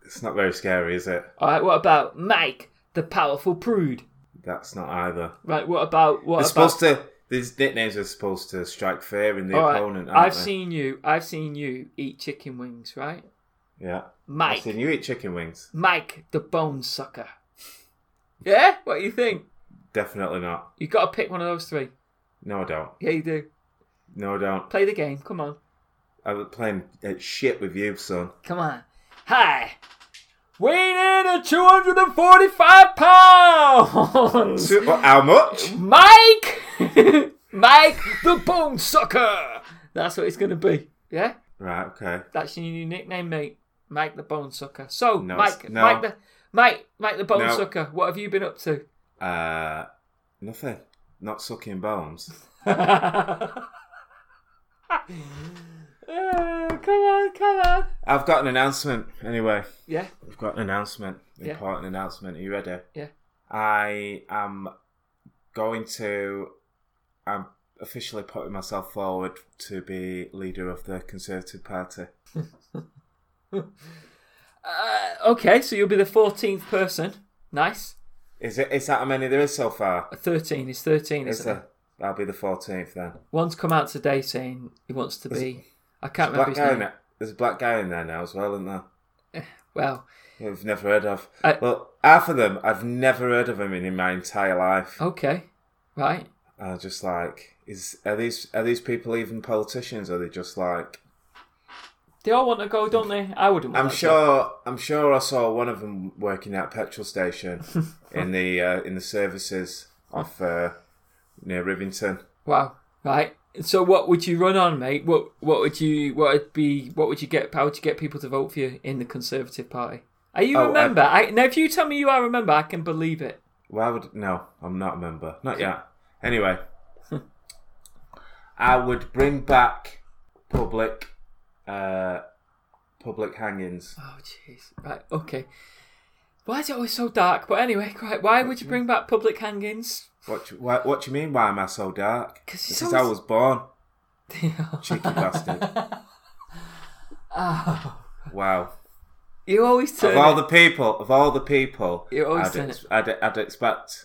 [SPEAKER 3] It's not very scary, is it?
[SPEAKER 2] All right. What about Mike, the powerful prude?
[SPEAKER 3] That's not either.
[SPEAKER 2] Right. What about what
[SPEAKER 3] They're
[SPEAKER 2] about?
[SPEAKER 3] supposed to. These nicknames are supposed to strike fear in the
[SPEAKER 2] All right,
[SPEAKER 3] opponent. Aren't
[SPEAKER 2] I've
[SPEAKER 3] they?
[SPEAKER 2] seen you. I've seen you eat chicken wings. Right.
[SPEAKER 3] Yeah. I've
[SPEAKER 2] Mike.
[SPEAKER 3] seen you eat chicken wings.
[SPEAKER 2] Mike, the bone sucker. Yeah. What do you think?
[SPEAKER 3] Definitely not.
[SPEAKER 2] You got to pick one of those three.
[SPEAKER 3] No, I don't.
[SPEAKER 2] Yeah, you do.
[SPEAKER 3] No, I don't.
[SPEAKER 2] Play the game. Come on.
[SPEAKER 3] I'm playing uh, shit with you, son.
[SPEAKER 2] Come on. Hi. Weighing in at 245 pounds.
[SPEAKER 3] So- oh, how much?
[SPEAKER 2] Mike. Mike, the bone sucker. That's what it's gonna be. Yeah.
[SPEAKER 3] Right. Okay.
[SPEAKER 2] That's your new nickname, mate. Mike the Bone Sucker. So,
[SPEAKER 3] No,
[SPEAKER 2] Mike,
[SPEAKER 3] it's- no.
[SPEAKER 2] Mike the Mike, Mike the Bone
[SPEAKER 3] No.
[SPEAKER 2] Sucker. What have you been up to?
[SPEAKER 3] Uh, nothing. Not sucking bones. Uh,
[SPEAKER 2] Oh, come on, come on.
[SPEAKER 3] I've got an announcement. Anyway.
[SPEAKER 2] Yeah,
[SPEAKER 3] We've got an announcement.
[SPEAKER 2] Yeah.
[SPEAKER 3] Important announcement. Are you ready?
[SPEAKER 2] Yeah.
[SPEAKER 3] I am going to. I'm officially putting myself forward to be leader of the Conservative Party.
[SPEAKER 2] Uh, okay. So you'll be the fourteenth person. Nice.
[SPEAKER 3] Is it? Is that how many there is so far?
[SPEAKER 2] 13 is 13,
[SPEAKER 3] Is
[SPEAKER 2] isn't it?
[SPEAKER 3] there? That'll be the fourteenth then.
[SPEAKER 2] One's come out today saying he wants to be. I can't remember
[SPEAKER 3] Black
[SPEAKER 2] his
[SPEAKER 3] guy
[SPEAKER 2] name.
[SPEAKER 3] in there. There's a black guy in there now as well, isn't there?
[SPEAKER 2] Well,
[SPEAKER 3] Who I've never heard of.
[SPEAKER 2] I-
[SPEAKER 3] well, half of them I've never heard of them in, in my entire life.
[SPEAKER 2] okay, right.
[SPEAKER 3] Uh, just like, is are these are these people even politicians? Or are they just like?
[SPEAKER 2] They all want to go, don't they? I wouldn't. Want
[SPEAKER 3] I'm
[SPEAKER 2] that
[SPEAKER 3] sure. I'm sure I saw one of them working at a petrol station in the uh, in the services off uh, near Rivington.
[SPEAKER 2] job. Wow. Right. So what would you run on, mate? What What would you What would be What would you get? How would you get people to vote for you in the Conservative Party? Are you
[SPEAKER 3] Oh,
[SPEAKER 2] a
[SPEAKER 3] I-
[SPEAKER 2] member? I, now, if you tell me you are a member, I can believe it.
[SPEAKER 3] Why would no? I'm not a member. Not yet. Anyway, I would bring back public uh, public hangings.
[SPEAKER 2] Oh, jeez. Right. Okay. Why is it always so dark? But anyway, quite. Why would you bring back public hangings?
[SPEAKER 3] What do, why, what do you mean? Why am I so dark?
[SPEAKER 2] 'Cause
[SPEAKER 3] This
[SPEAKER 2] you're
[SPEAKER 3] is
[SPEAKER 2] so-
[SPEAKER 3] how I was born. Cheeky bastard. Wow.
[SPEAKER 2] You always turn.
[SPEAKER 3] Of all
[SPEAKER 2] Oh. it-
[SPEAKER 3] the people, of all the people,
[SPEAKER 2] You always
[SPEAKER 3] I'd,
[SPEAKER 2] turn
[SPEAKER 3] ex- I'd, I'd expect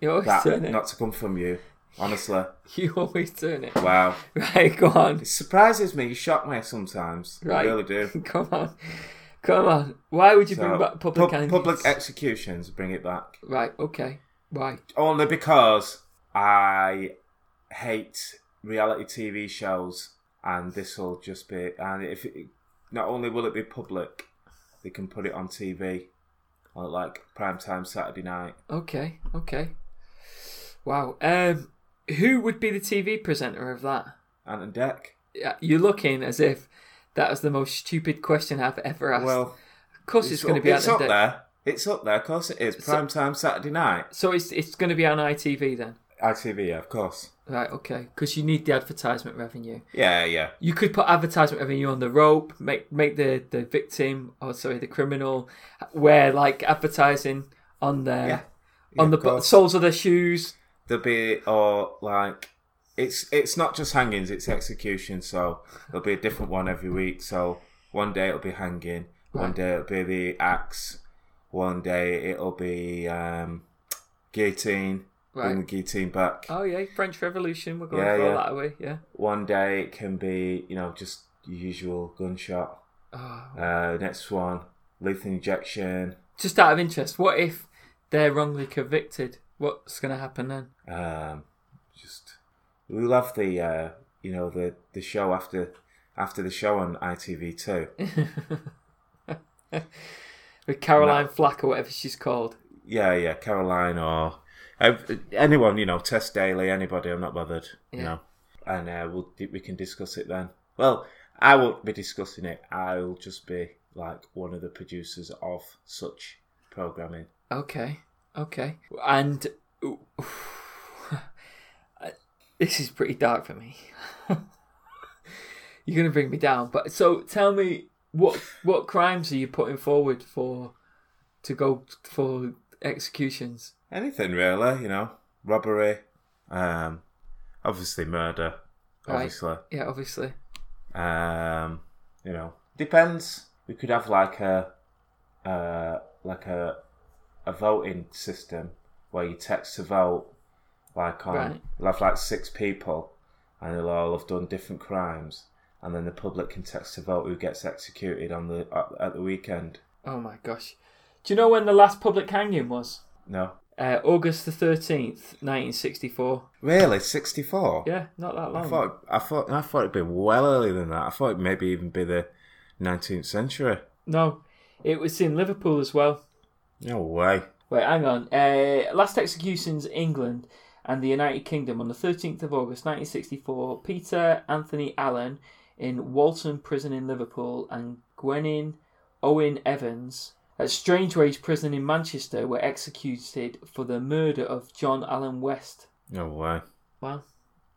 [SPEAKER 2] you always
[SPEAKER 3] that
[SPEAKER 2] turn it.
[SPEAKER 3] not to come from you. Honestly,
[SPEAKER 2] You always turn it.
[SPEAKER 3] wow.
[SPEAKER 2] Right. Go on.
[SPEAKER 3] It surprises me. You shock me sometimes. You
[SPEAKER 2] Right.
[SPEAKER 3] really do.
[SPEAKER 2] Come on. Come on. Why would you
[SPEAKER 3] So,
[SPEAKER 2] bring back public
[SPEAKER 3] pub-
[SPEAKER 2] hangings?
[SPEAKER 3] public executions. Bring it back.
[SPEAKER 2] right, okay. Why?
[SPEAKER 3] only because I hate reality TV shows, and this will just be. And if it, not only will it be public, they can put it on TV, on like prime time Saturday night.
[SPEAKER 2] Okay, okay. Wow. Um who would be the TV presenter of that?
[SPEAKER 3] Ant and Deck.
[SPEAKER 2] Yeah, You're looking as if that was the most stupid question I've ever asked.
[SPEAKER 3] Well,
[SPEAKER 2] of course it's, going to
[SPEAKER 3] up-
[SPEAKER 2] be
[SPEAKER 3] it's
[SPEAKER 2] on
[SPEAKER 3] up there. It's up there. Of course, it is prime time Saturday night.
[SPEAKER 2] So it's it's going to be on ITV then.
[SPEAKER 3] ITV, yeah, of course.
[SPEAKER 2] Right, okay. Cuz you need the advertisement revenue.
[SPEAKER 3] Yeah, yeah.
[SPEAKER 2] you could put advertisement revenue on the rope, make make the, the victim or sorry the criminal wear like advertising on their
[SPEAKER 3] Yeah.
[SPEAKER 2] on
[SPEAKER 3] Yeah,
[SPEAKER 2] the
[SPEAKER 3] of
[SPEAKER 2] bo-
[SPEAKER 3] course.
[SPEAKER 2] soles of their shoes.
[SPEAKER 3] there'll be or like it's it's not just hangings it's execution so there'll be a different one every week so one day it'll be hanging one
[SPEAKER 2] Right.
[SPEAKER 3] day it'll be the axe one day it'll be um guillotine bring the
[SPEAKER 2] Right.
[SPEAKER 3] guillotine back
[SPEAKER 2] Oh yeah, French Revolution. We're going
[SPEAKER 3] Yeah,
[SPEAKER 2] for all
[SPEAKER 3] yeah.
[SPEAKER 2] that away. Yeah.
[SPEAKER 3] one day it can be you know just your usual gunshot
[SPEAKER 2] Oh.
[SPEAKER 3] uh next one lethal injection
[SPEAKER 2] Just out of interest, what if they're wrongly convicted? What's going to happen then?
[SPEAKER 3] um just we love the uh you know the the show after after the show on itv2
[SPEAKER 2] With Caroline Flack or whatever she's called.
[SPEAKER 3] yeah, yeah, Caroline or uh, anyone, you know, Tess Daly, anybody. I'm not bothered, you
[SPEAKER 2] Yeah.
[SPEAKER 3] know. And uh, we'll we can discuss it then. Well, I won't be discussing it. I'll just be like one of the producers of such programming.
[SPEAKER 2] Okay. Okay. And this is pretty dark for me. You're gonna bring me down. But so tell me what what crimes are you putting forward for to go for executions?
[SPEAKER 3] Anything really, you know, robbery, um, obviously murder,
[SPEAKER 2] Right.
[SPEAKER 3] obviously.
[SPEAKER 2] Yeah, obviously.
[SPEAKER 3] Um, you know, depends. We could have like a, uh, like a, a voting system where you text to vote. Like on,
[SPEAKER 2] Right.
[SPEAKER 3] we'll have like six people, and they'll all have done different crimes, and then the public can text to vote who gets executed on the at, at the weekend.
[SPEAKER 2] Oh my gosh. Do you know when the last public hanging was?
[SPEAKER 3] No,
[SPEAKER 2] Uh, August the thirteenth, nineteen sixty-four.
[SPEAKER 3] really, sixty four.
[SPEAKER 2] Yeah, not that long.
[SPEAKER 3] I thought I thought I thought it'd be well earlier than that. I thought it'd maybe even be the nineteenth century.
[SPEAKER 2] No, it was in Liverpool as well.
[SPEAKER 3] No way.
[SPEAKER 2] Wait, hang on. Uh, last executions, England and the United Kingdom on the 13th of August 1964. Peter Anthony Allen in Walton Prison in Liverpool and Gwenin Owen Evans at Strangeways Prison in Manchester were executed for the murder of John Allen West.
[SPEAKER 3] No way.
[SPEAKER 2] Wow.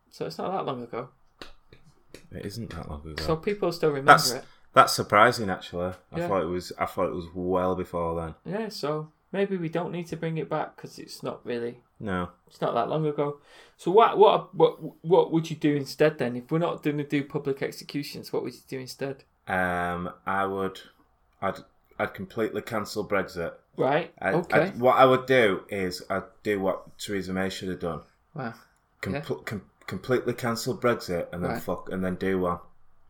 [SPEAKER 2] So it's not that long ago.
[SPEAKER 3] It isn't that long ago.
[SPEAKER 2] So people still remember
[SPEAKER 3] That's
[SPEAKER 2] it.
[SPEAKER 3] that's surprising, actually. I
[SPEAKER 2] Yeah.
[SPEAKER 3] thought it was. I thought it was well before then.
[SPEAKER 2] Yeah, so maybe we don't need to bring it back because it's not really
[SPEAKER 3] No,
[SPEAKER 2] It's not that long ago. So what what what what would you do instead then? If we're not going to do public executions, what would you do instead?
[SPEAKER 3] um, I would. I'd. I'd completely cancel Brexit.
[SPEAKER 2] Right.
[SPEAKER 3] I, I,
[SPEAKER 2] okay.
[SPEAKER 3] what I would do is I'd do what Theresa May should have done:
[SPEAKER 2] wow.
[SPEAKER 3] Compl com- completely cancel Brexit and then
[SPEAKER 2] Right.
[SPEAKER 3] fuck and then do one.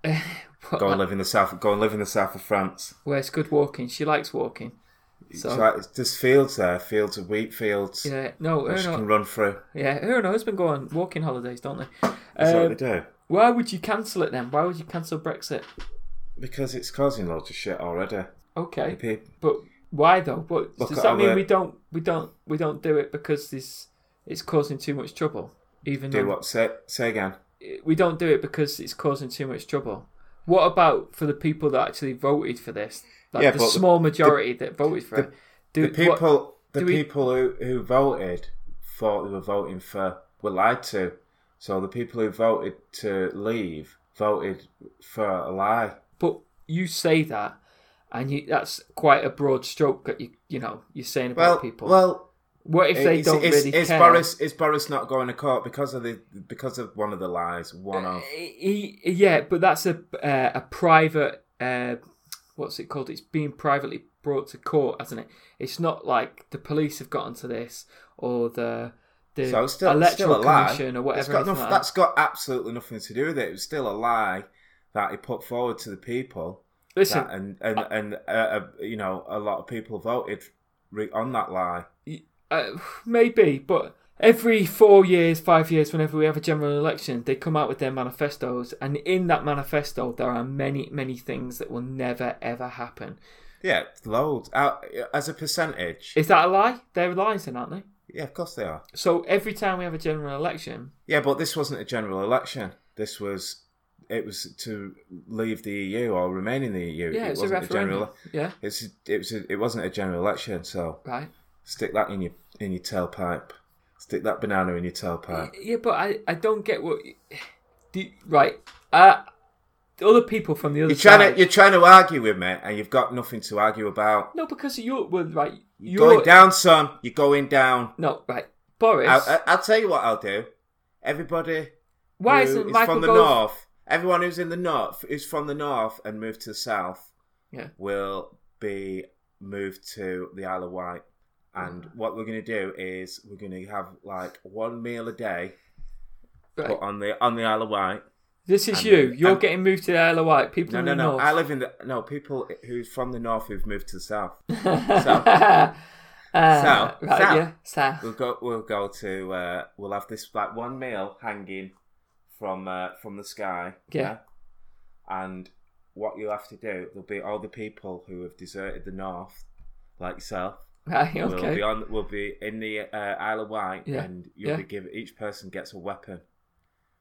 [SPEAKER 2] But,
[SPEAKER 3] Go and
[SPEAKER 2] uh,
[SPEAKER 3] live in the south. Go and live in the south of France.
[SPEAKER 2] where it's good walking. She likes walking. So,
[SPEAKER 3] It's like, there's fields there, fields of wheat fields.
[SPEAKER 2] yeah, no, her
[SPEAKER 3] that she
[SPEAKER 2] and
[SPEAKER 3] can
[SPEAKER 2] her,
[SPEAKER 3] run through.
[SPEAKER 2] yeah, her and her husband go on walking holidays, don't they?
[SPEAKER 3] Is that
[SPEAKER 2] Um,
[SPEAKER 3] what they do?
[SPEAKER 2] why would you cancel it then? Why would you cancel Brexit?
[SPEAKER 3] Because it's causing loads of shit already.
[SPEAKER 2] Okay,
[SPEAKER 3] People,
[SPEAKER 2] but why though? But
[SPEAKER 3] Look
[SPEAKER 2] does
[SPEAKER 3] at
[SPEAKER 2] that
[SPEAKER 3] our,
[SPEAKER 2] mean
[SPEAKER 3] uh,
[SPEAKER 2] we don't we don't we don't do it because this it's causing too much trouble? Even
[SPEAKER 3] do
[SPEAKER 2] though
[SPEAKER 3] what? Say, say again.
[SPEAKER 2] we don't do it because it's causing too much trouble. What about for the people that actually voted for this? Like
[SPEAKER 3] Yeah,
[SPEAKER 2] the
[SPEAKER 3] but the-
[SPEAKER 2] small majority that voted for it. Do,
[SPEAKER 3] The
[SPEAKER 2] what-
[SPEAKER 3] people, the
[SPEAKER 2] do we-
[SPEAKER 3] people who, who voted thought they were voting for were lied to. So the people who voted to leave voted for a lie.
[SPEAKER 2] but you say that, and you, that's quite a broad stroke that you you know you're saying about
[SPEAKER 3] Well,
[SPEAKER 2] people.
[SPEAKER 3] well,
[SPEAKER 2] what if they
[SPEAKER 3] it's,
[SPEAKER 2] don't
[SPEAKER 3] it's,
[SPEAKER 2] really
[SPEAKER 3] it's
[SPEAKER 2] care?
[SPEAKER 3] Boris. Is Boris not going to court because of the because of one of the lies? One of
[SPEAKER 2] He- yeah, but that's a uh, a private uh, what's it called? It's being privately brought to court, hasn't it? It's not like the police have gotten to this or the the
[SPEAKER 3] so it's still
[SPEAKER 2] electoral
[SPEAKER 3] still a lie.
[SPEAKER 2] commission or whatever.
[SPEAKER 3] It's got
[SPEAKER 2] anything
[SPEAKER 3] noth-
[SPEAKER 2] like that.
[SPEAKER 3] that's got absolutely nothing to do with it. It was still a lie that he put forward to the people.
[SPEAKER 2] Listen,
[SPEAKER 3] that- and and and uh, uh, you know a lot of people voted re- on that lie.
[SPEAKER 2] uh, maybe, but every four years, five years, whenever we have a general election, they come out with their manifestos, and in that manifesto, there are many, many things that will never, ever happen.
[SPEAKER 3] Yeah, loads uh, as a percentage.
[SPEAKER 2] Is that a lie? They're lies, then, aren't they?
[SPEAKER 3] yeah, of course they are.
[SPEAKER 2] So every time we have a general election,
[SPEAKER 3] Yeah, but this wasn't a general election. This was it was to leave the EU or remain in the EU.
[SPEAKER 2] yeah,
[SPEAKER 3] it
[SPEAKER 2] it's a
[SPEAKER 3] wasn't
[SPEAKER 2] referendum.
[SPEAKER 3] general.
[SPEAKER 2] yeah,
[SPEAKER 3] It's it was a, it wasn't a general election. So
[SPEAKER 2] right.
[SPEAKER 3] stick that in your in your tailpipe. Stick that banana in your tailpipe.
[SPEAKER 2] Yeah, but I, I don't get what. Do, right. Uh, the other people from the other
[SPEAKER 3] You're trying
[SPEAKER 2] side.
[SPEAKER 3] to you're trying to argue with me, and you've got nothing to argue about.
[SPEAKER 2] No, because you're. Well, right.
[SPEAKER 3] You're
[SPEAKER 2] you're-
[SPEAKER 3] going down, son. You're going down.
[SPEAKER 2] No, right. Boris.
[SPEAKER 3] I'll, I- I'll tell you what I'll do. Everybody
[SPEAKER 2] why
[SPEAKER 3] who
[SPEAKER 2] isn't
[SPEAKER 3] is
[SPEAKER 2] Michael
[SPEAKER 3] from the
[SPEAKER 2] Gove-
[SPEAKER 3] north, everyone who's in the north, who's from the north and moved to the south,
[SPEAKER 2] Yeah.
[SPEAKER 3] will be moved to the Isle of Wight. And
[SPEAKER 2] Mm.
[SPEAKER 3] what we're going to do is we're going to have like one meal a day
[SPEAKER 2] Right.
[SPEAKER 3] put on the on the Isle of Wight.
[SPEAKER 2] This is
[SPEAKER 3] and-
[SPEAKER 2] you. You're
[SPEAKER 3] and-
[SPEAKER 2] getting moved to the Isle of Wight. People
[SPEAKER 3] No,
[SPEAKER 2] in
[SPEAKER 3] no,
[SPEAKER 2] the
[SPEAKER 3] no.
[SPEAKER 2] north.
[SPEAKER 3] I live in the no people who's from the north who've moved to the south.
[SPEAKER 2] Uh,
[SPEAKER 3] So,
[SPEAKER 2] right,
[SPEAKER 3] so.
[SPEAKER 2] yeah, so.
[SPEAKER 3] We'll go. We'll go to. Uh, we'll have this like one meal hanging from uh, from the sky.
[SPEAKER 2] Yeah.
[SPEAKER 3] And what you'll have to do, there'll be all the people who have deserted the north, like yourself.
[SPEAKER 2] Right,
[SPEAKER 3] Will be
[SPEAKER 2] okay.
[SPEAKER 3] on. Will be in the uh, Isle of Wight,
[SPEAKER 2] Yeah,
[SPEAKER 3] and you'll
[SPEAKER 2] yeah.
[SPEAKER 3] be given. Each person gets a weapon,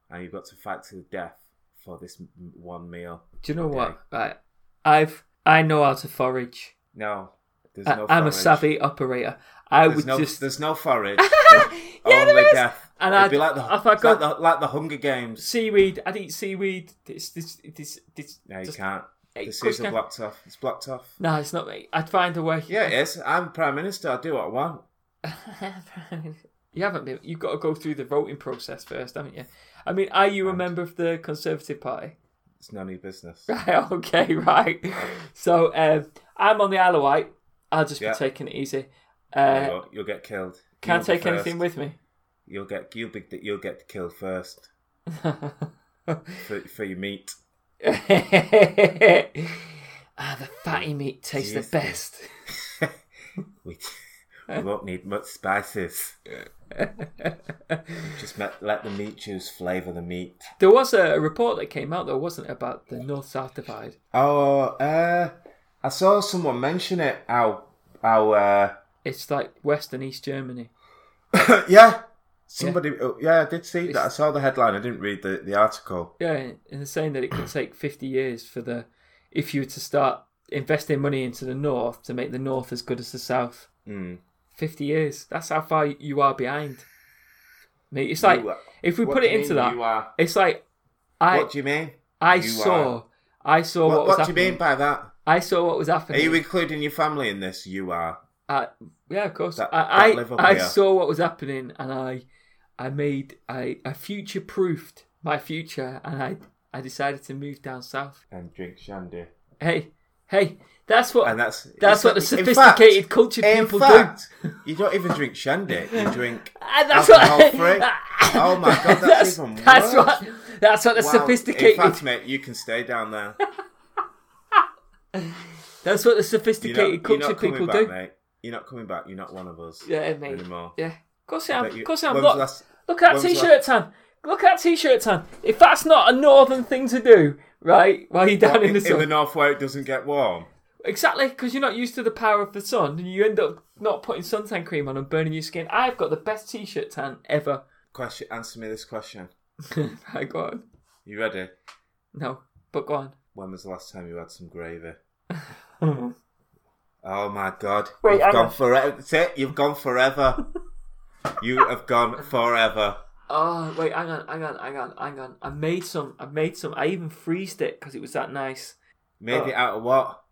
[SPEAKER 3] and you've got to fight to the death for this m- one meal.
[SPEAKER 2] Do you know what? Right. I've I know how to forage.
[SPEAKER 3] No, there's
[SPEAKER 2] I,
[SPEAKER 3] no.
[SPEAKER 2] I'm a
[SPEAKER 3] forage.
[SPEAKER 2] savvy operator. I
[SPEAKER 3] There's
[SPEAKER 2] would
[SPEAKER 3] no,
[SPEAKER 2] just
[SPEAKER 3] there's no forage. There's
[SPEAKER 2] Yeah, there
[SPEAKER 3] only
[SPEAKER 2] is.
[SPEAKER 3] death.
[SPEAKER 2] And
[SPEAKER 3] It'd
[SPEAKER 2] I'd-
[SPEAKER 3] be like the,
[SPEAKER 2] if I
[SPEAKER 3] it's
[SPEAKER 2] go-
[SPEAKER 3] like the like the Hunger Games.
[SPEAKER 2] seaweed. I'd eat seaweed. It's this this this.
[SPEAKER 3] No, you
[SPEAKER 2] just-
[SPEAKER 3] can't.
[SPEAKER 2] Hey,
[SPEAKER 3] The
[SPEAKER 2] of course
[SPEAKER 3] season
[SPEAKER 2] you can.
[SPEAKER 3] blocked off. It's blocked off.
[SPEAKER 2] No, it's not me. I'd find a way.
[SPEAKER 3] Yeah, it is. I'm prime minister. I do what I want.
[SPEAKER 2] you haven't been. You've got to go through the voting process first, haven't you? I mean, are you a member of the Conservative Party?
[SPEAKER 3] It's none of your business.
[SPEAKER 2] Right, okay, right. So um, I'm on the Isle of Wight. I'll just
[SPEAKER 3] Yeah.
[SPEAKER 2] be taking it easy. Uh,
[SPEAKER 3] you'll, you'll get killed.
[SPEAKER 2] can I
[SPEAKER 3] You'll be
[SPEAKER 2] take
[SPEAKER 3] first.
[SPEAKER 2] anything with me?
[SPEAKER 3] You'll get you'll be you'll get killed first for, for your meat.
[SPEAKER 2] ah, the fatty meat tastes
[SPEAKER 3] Yes.
[SPEAKER 2] the best.
[SPEAKER 3] We, we won't need much spices. Just let, let the meat juice flavour the meat.
[SPEAKER 2] There was a report that came out, though, wasn't it, about the North South divide?
[SPEAKER 3] Oh, uh, I saw someone mention it. How how uh,
[SPEAKER 2] It's like West and East Germany.
[SPEAKER 3] yeah. Somebody, oh, yeah, I did see that. I
[SPEAKER 2] It's-
[SPEAKER 3] saw the headline. I didn't read the, the article.
[SPEAKER 2] Yeah, and they're saying that it could take 50 years for the. If you were to start investing money into the North to make the North as good as the South.
[SPEAKER 3] Mm.
[SPEAKER 2] 50 years. That's how far you are behind. Mate, it's like,
[SPEAKER 3] You are-
[SPEAKER 2] if we
[SPEAKER 3] What
[SPEAKER 2] put
[SPEAKER 3] do
[SPEAKER 2] it
[SPEAKER 3] you
[SPEAKER 2] into
[SPEAKER 3] mean
[SPEAKER 2] that,
[SPEAKER 3] you are-
[SPEAKER 2] it's like, I,
[SPEAKER 3] what do you mean?
[SPEAKER 2] I
[SPEAKER 3] you
[SPEAKER 2] saw,
[SPEAKER 3] are?
[SPEAKER 2] I saw what,
[SPEAKER 3] What,
[SPEAKER 2] was
[SPEAKER 3] what do you
[SPEAKER 2] happening. Mm.
[SPEAKER 3] mean by that?
[SPEAKER 2] I saw what was
[SPEAKER 3] Are
[SPEAKER 2] happening.
[SPEAKER 3] you including your family in this? You are.
[SPEAKER 2] I, yeah, of course.
[SPEAKER 3] That-
[SPEAKER 2] I,
[SPEAKER 3] that live up
[SPEAKER 2] I, I
[SPEAKER 3] here.
[SPEAKER 2] saw what was happening, and I, I made, I, I future proofed my future, and I, I decided to move down south.
[SPEAKER 3] And drink shandy.
[SPEAKER 2] Hey, Hey, that's what
[SPEAKER 3] and that's
[SPEAKER 2] that's
[SPEAKER 3] in
[SPEAKER 2] what the
[SPEAKER 3] fact- in
[SPEAKER 2] sophisticated,
[SPEAKER 3] fact-
[SPEAKER 2] cultured
[SPEAKER 3] in
[SPEAKER 2] people
[SPEAKER 3] fact,
[SPEAKER 2] do.
[SPEAKER 3] You don't even drink shandy. You drink
[SPEAKER 2] And Ah, that's
[SPEAKER 3] alcohol
[SPEAKER 2] what.
[SPEAKER 3] free. Oh my god, that's, even worse.
[SPEAKER 2] that's what. That's what the
[SPEAKER 3] Wow.
[SPEAKER 2] sophisticated.
[SPEAKER 3] In fact, mate, you can stay down there.
[SPEAKER 2] that's what the
[SPEAKER 3] You're
[SPEAKER 2] sophisticated,
[SPEAKER 3] not, you're
[SPEAKER 2] cultured
[SPEAKER 3] not coming
[SPEAKER 2] people
[SPEAKER 3] back,
[SPEAKER 2] do.
[SPEAKER 3] mate. You're not coming back. You're not one of us
[SPEAKER 2] Yeah, mate.
[SPEAKER 3] anymore.
[SPEAKER 2] Yeah. Of course I
[SPEAKER 3] I
[SPEAKER 2] am.
[SPEAKER 3] bet you-
[SPEAKER 2] Of course I am.
[SPEAKER 3] when was
[SPEAKER 2] Look,
[SPEAKER 3] last-
[SPEAKER 2] look at
[SPEAKER 3] when was
[SPEAKER 2] t-shirt time. Look at t-shirt time. If that's not a northern thing to do, right? While you're down
[SPEAKER 3] What,
[SPEAKER 2] in the
[SPEAKER 3] in, in
[SPEAKER 2] sun,
[SPEAKER 3] the north where it doesn't get warm.
[SPEAKER 2] exactly, because you're not used to the power of the sun, and you end up not putting suntan cream on and burning your skin. I've got the best t-shirt tan ever.
[SPEAKER 3] Question. Answer me this question.
[SPEAKER 2] I go on.
[SPEAKER 3] You ready?
[SPEAKER 2] No, but go on.
[SPEAKER 3] When was the last time you had some gravy? oh my god!
[SPEAKER 2] Wait,
[SPEAKER 3] you've
[SPEAKER 2] hang
[SPEAKER 3] gone
[SPEAKER 2] on.
[SPEAKER 3] forever. That's it. You've gone forever. you have gone forever.
[SPEAKER 2] Oh wait, hang on, hang on, hang on, hang on. I made some. I made some. I even freezed it because it was that nice.
[SPEAKER 3] Made
[SPEAKER 2] Oh.
[SPEAKER 3] it out of what?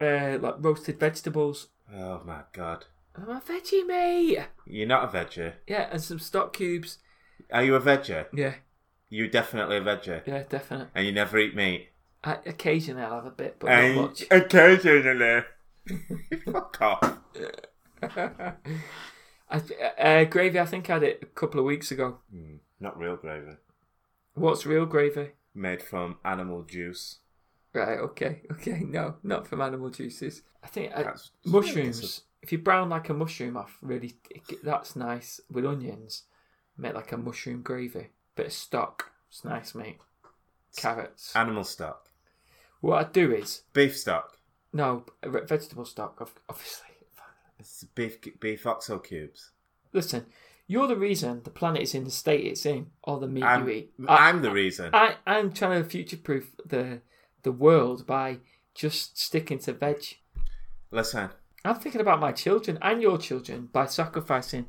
[SPEAKER 2] Uh, like roasted vegetables.
[SPEAKER 3] Oh my god!
[SPEAKER 2] I'm a veggie mate.
[SPEAKER 3] You're not a veggie.
[SPEAKER 2] Yeah, and some stock cubes.
[SPEAKER 3] Are you a veggie?
[SPEAKER 2] Yeah,
[SPEAKER 3] You're definitely a veggie,
[SPEAKER 2] yeah, definite.
[SPEAKER 3] and you never eat meat.
[SPEAKER 2] I, occasionally I'll have a bit, but
[SPEAKER 3] And
[SPEAKER 2] not much.
[SPEAKER 3] occasionally. Fuck off.
[SPEAKER 2] I, th- uh, gravy, I think I had it a couple of weeks ago.
[SPEAKER 3] Not real gravy.
[SPEAKER 2] What's real gravy?
[SPEAKER 3] Made from animal juice.
[SPEAKER 2] Right, okay, okay, no, not from animal juices. I think uh,
[SPEAKER 3] That's-
[SPEAKER 2] mushrooms. If you brown like a mushroom off, really, it ge- that's nice with onions. Make like a mushroom gravy, bit of stock. It's nice, mate. Carrots.
[SPEAKER 3] Animal stock.
[SPEAKER 2] What I do is
[SPEAKER 3] Beef stock.
[SPEAKER 2] no re- vegetable stock, ob- obviously.
[SPEAKER 3] It's beef beef oxo cubes.
[SPEAKER 2] Listen, you're the reason the planet is in the state it's in, or the meat
[SPEAKER 3] I'm,
[SPEAKER 2] you eat. I-
[SPEAKER 3] I'm the reason.
[SPEAKER 2] I, I'm trying to future proof the the world by just sticking to veg.
[SPEAKER 3] Listen,
[SPEAKER 2] I'm thinking about my children and your children by sacrificing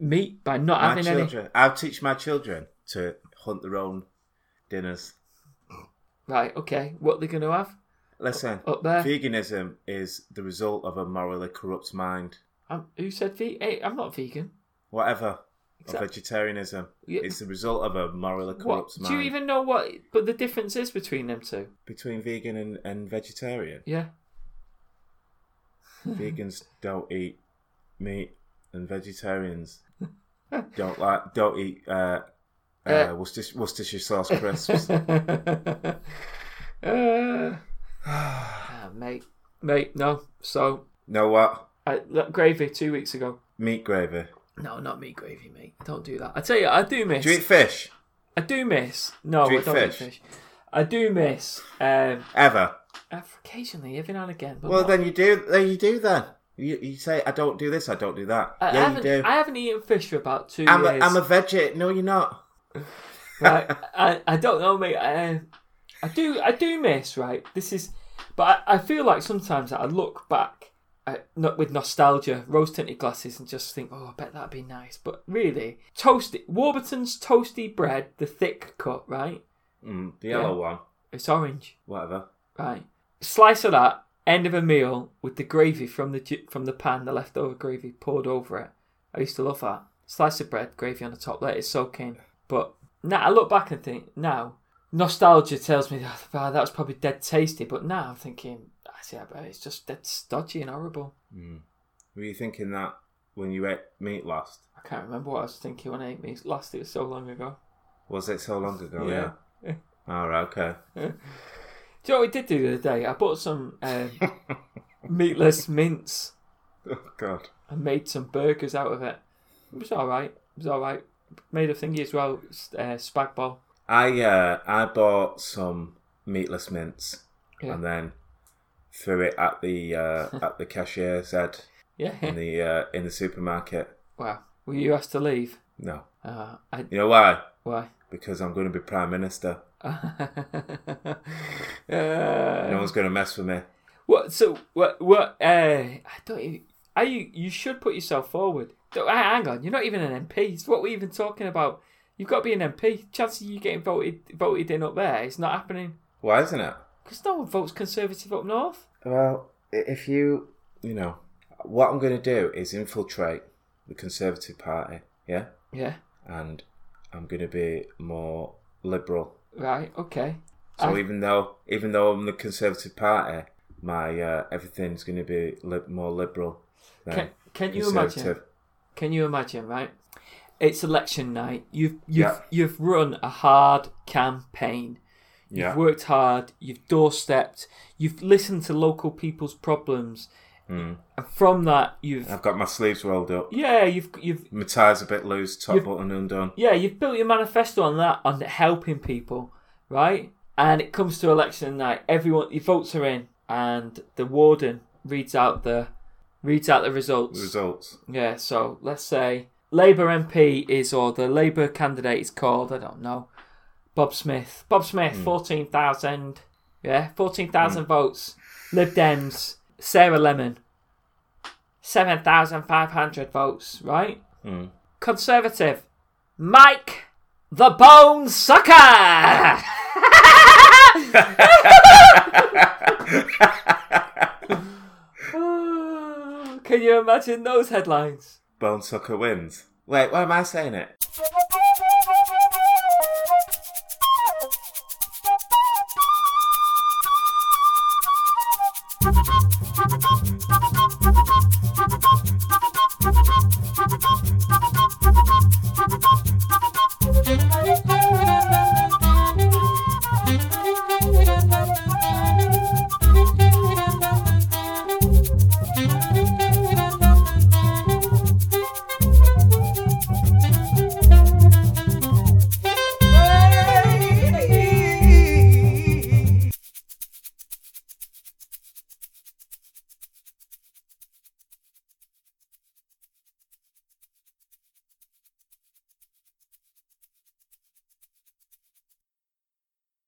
[SPEAKER 2] meat by not
[SPEAKER 3] my
[SPEAKER 2] having
[SPEAKER 3] children. I'll teach my children to hunt their own dinners.
[SPEAKER 2] any. Right, okay. What they're going to have?
[SPEAKER 3] Listen,
[SPEAKER 2] Up there.
[SPEAKER 3] veganism is the result of a morally corrupt mind.
[SPEAKER 2] Um, who said ve- hey, I'm not vegan.
[SPEAKER 3] Whatever. Or
[SPEAKER 2] Exact-
[SPEAKER 3] vegetarianism.
[SPEAKER 2] Yeah.
[SPEAKER 3] It's the result of a morally
[SPEAKER 2] What,
[SPEAKER 3] corrupt mind.
[SPEAKER 2] do you even know what? But the difference is between them two.
[SPEAKER 3] Between vegan and, and vegetarian.
[SPEAKER 2] Yeah.
[SPEAKER 3] Vegans don't eat meat, and vegetarians don't like don't eat uh, uh,
[SPEAKER 2] Uh.
[SPEAKER 3] Worcestershire, Worcestershire sauce crisps.
[SPEAKER 2] uh, ah, mate, mate, no. So,
[SPEAKER 3] know what?
[SPEAKER 2] I, look, gravy two weeks ago.
[SPEAKER 3] Meat gravy.
[SPEAKER 2] No, not meat gravy, mate. Don't do that. I tell you, I do miss.
[SPEAKER 3] Do you eat fish?
[SPEAKER 2] I do miss. No,
[SPEAKER 3] Do you
[SPEAKER 2] I
[SPEAKER 3] eat
[SPEAKER 2] don't
[SPEAKER 3] fish?
[SPEAKER 2] eat fish. I do miss. Um,
[SPEAKER 3] Ever?
[SPEAKER 2] uh, occasionally, every now and again. But
[SPEAKER 3] Well,
[SPEAKER 2] not-
[SPEAKER 3] then you do. Then you do. Then you, you say, "I don't do this. I don't do that."
[SPEAKER 2] I, I
[SPEAKER 3] yeah, you
[SPEAKER 2] haven't,
[SPEAKER 3] do.
[SPEAKER 2] I haven't eaten fish for about two
[SPEAKER 3] I'm a,
[SPEAKER 2] years.
[SPEAKER 3] I'm a veggie. No, you're not.
[SPEAKER 2] Right, I, I don't know, mate. I, I do, I do miss. Right, this is, but I, I feel like sometimes I look back, uh, not with nostalgia, rose tinted glasses, and just think, oh, I bet that'd be nice. But really, toasty Warburton's toasty bread, the thick cut, right?
[SPEAKER 3] Mm, the yellow one.
[SPEAKER 2] It's orange.
[SPEAKER 3] Whatever.
[SPEAKER 2] Right. Slice of that, end of a meal with the gravy from the ju- from the pan, the leftover gravy poured over it. I used to love that. Slice of bread, gravy on the top, let it soak in. But now I look back and think, now, nostalgia tells me, "Oh, wow, that was probably dead tasty. But now I'm thinking, I see, I bet it's just dead stodgy and horrible.
[SPEAKER 3] Were you thinking that when you ate meat last?
[SPEAKER 2] I can't remember what I was thinking when I ate meat last, it was so long ago.
[SPEAKER 3] Was it so long ago?
[SPEAKER 2] Yeah.
[SPEAKER 3] Yeah. All right. Okay.
[SPEAKER 2] Do you know what we did do the other day? I bought some um, meatless mince.
[SPEAKER 3] Oh God.
[SPEAKER 2] I made some burgers out of it. It was all right. It was all right. Made a thingy as well, s- uh, spag bol.
[SPEAKER 3] I uh, I bought some meatless mints
[SPEAKER 2] Yeah.
[SPEAKER 3] and then threw it at the uh, at the cashier said in
[SPEAKER 2] Yeah.
[SPEAKER 3] the uh, in the supermarket.
[SPEAKER 2] wow. Were you asked to leave?
[SPEAKER 3] No,
[SPEAKER 2] Uh, I
[SPEAKER 3] you know why?
[SPEAKER 2] why?
[SPEAKER 3] Because I'm going to be prime minister.
[SPEAKER 2] uh,
[SPEAKER 3] No one's going to mess with me.
[SPEAKER 2] what? So what? What? Uh, I don't. Even, are you? You should put yourself forward. Don't- h- Hang on. You're not even an MP. It's what we're even talking about. You've got to be an MP. Chances of you getting voted voted in up there, it's not happening.
[SPEAKER 3] Why isn't it?
[SPEAKER 2] Because no one votes Conservative up north.
[SPEAKER 3] Well, i- if you you know what I'm going to do is infiltrate the Conservative Party. Yeah,
[SPEAKER 2] Yeah.
[SPEAKER 3] and I'm going to be more liberal.
[SPEAKER 2] Right. Okay.
[SPEAKER 3] So
[SPEAKER 2] I- Ah.
[SPEAKER 3] even though even though I'm the Conservative Party, my uh, everything's going to be li- more liberal. Than
[SPEAKER 2] Can, can you
[SPEAKER 3] conservative.
[SPEAKER 2] imagine? Can you imagine, right? It's election night. You've you've
[SPEAKER 3] Yeah.
[SPEAKER 2] you've run a hard campaign.
[SPEAKER 3] Yeah.
[SPEAKER 2] You've worked hard, you've doorstepped, you've listened to local people's problems.
[SPEAKER 3] Hmm.
[SPEAKER 2] And from that you've
[SPEAKER 3] I've got my sleeves rolled up.
[SPEAKER 2] yeah, you've you've
[SPEAKER 3] My tie's a bit loose, top
[SPEAKER 2] You've-
[SPEAKER 3] button undone.
[SPEAKER 2] yeah, you've built your manifesto on that, on helping people, right? And it comes to election night. Everyone, your votes are in, and the warden reads out the reads out the results.
[SPEAKER 3] Results.
[SPEAKER 2] Yeah. So let's say Labour MP is, or the Labour candidate is called. I don't know. Bob Smith. Bob Smith. Fourteen thousand. Yeah, fourteen thousand votes. Lib Dems. Sarah Lemon. Seven thousand five hundred votes. Right.
[SPEAKER 3] Mm.
[SPEAKER 2] Conservative. Mike the Bone Sucker! Can you imagine those headlines?
[SPEAKER 3] Bone sucker wins. Wait, why am I saying it?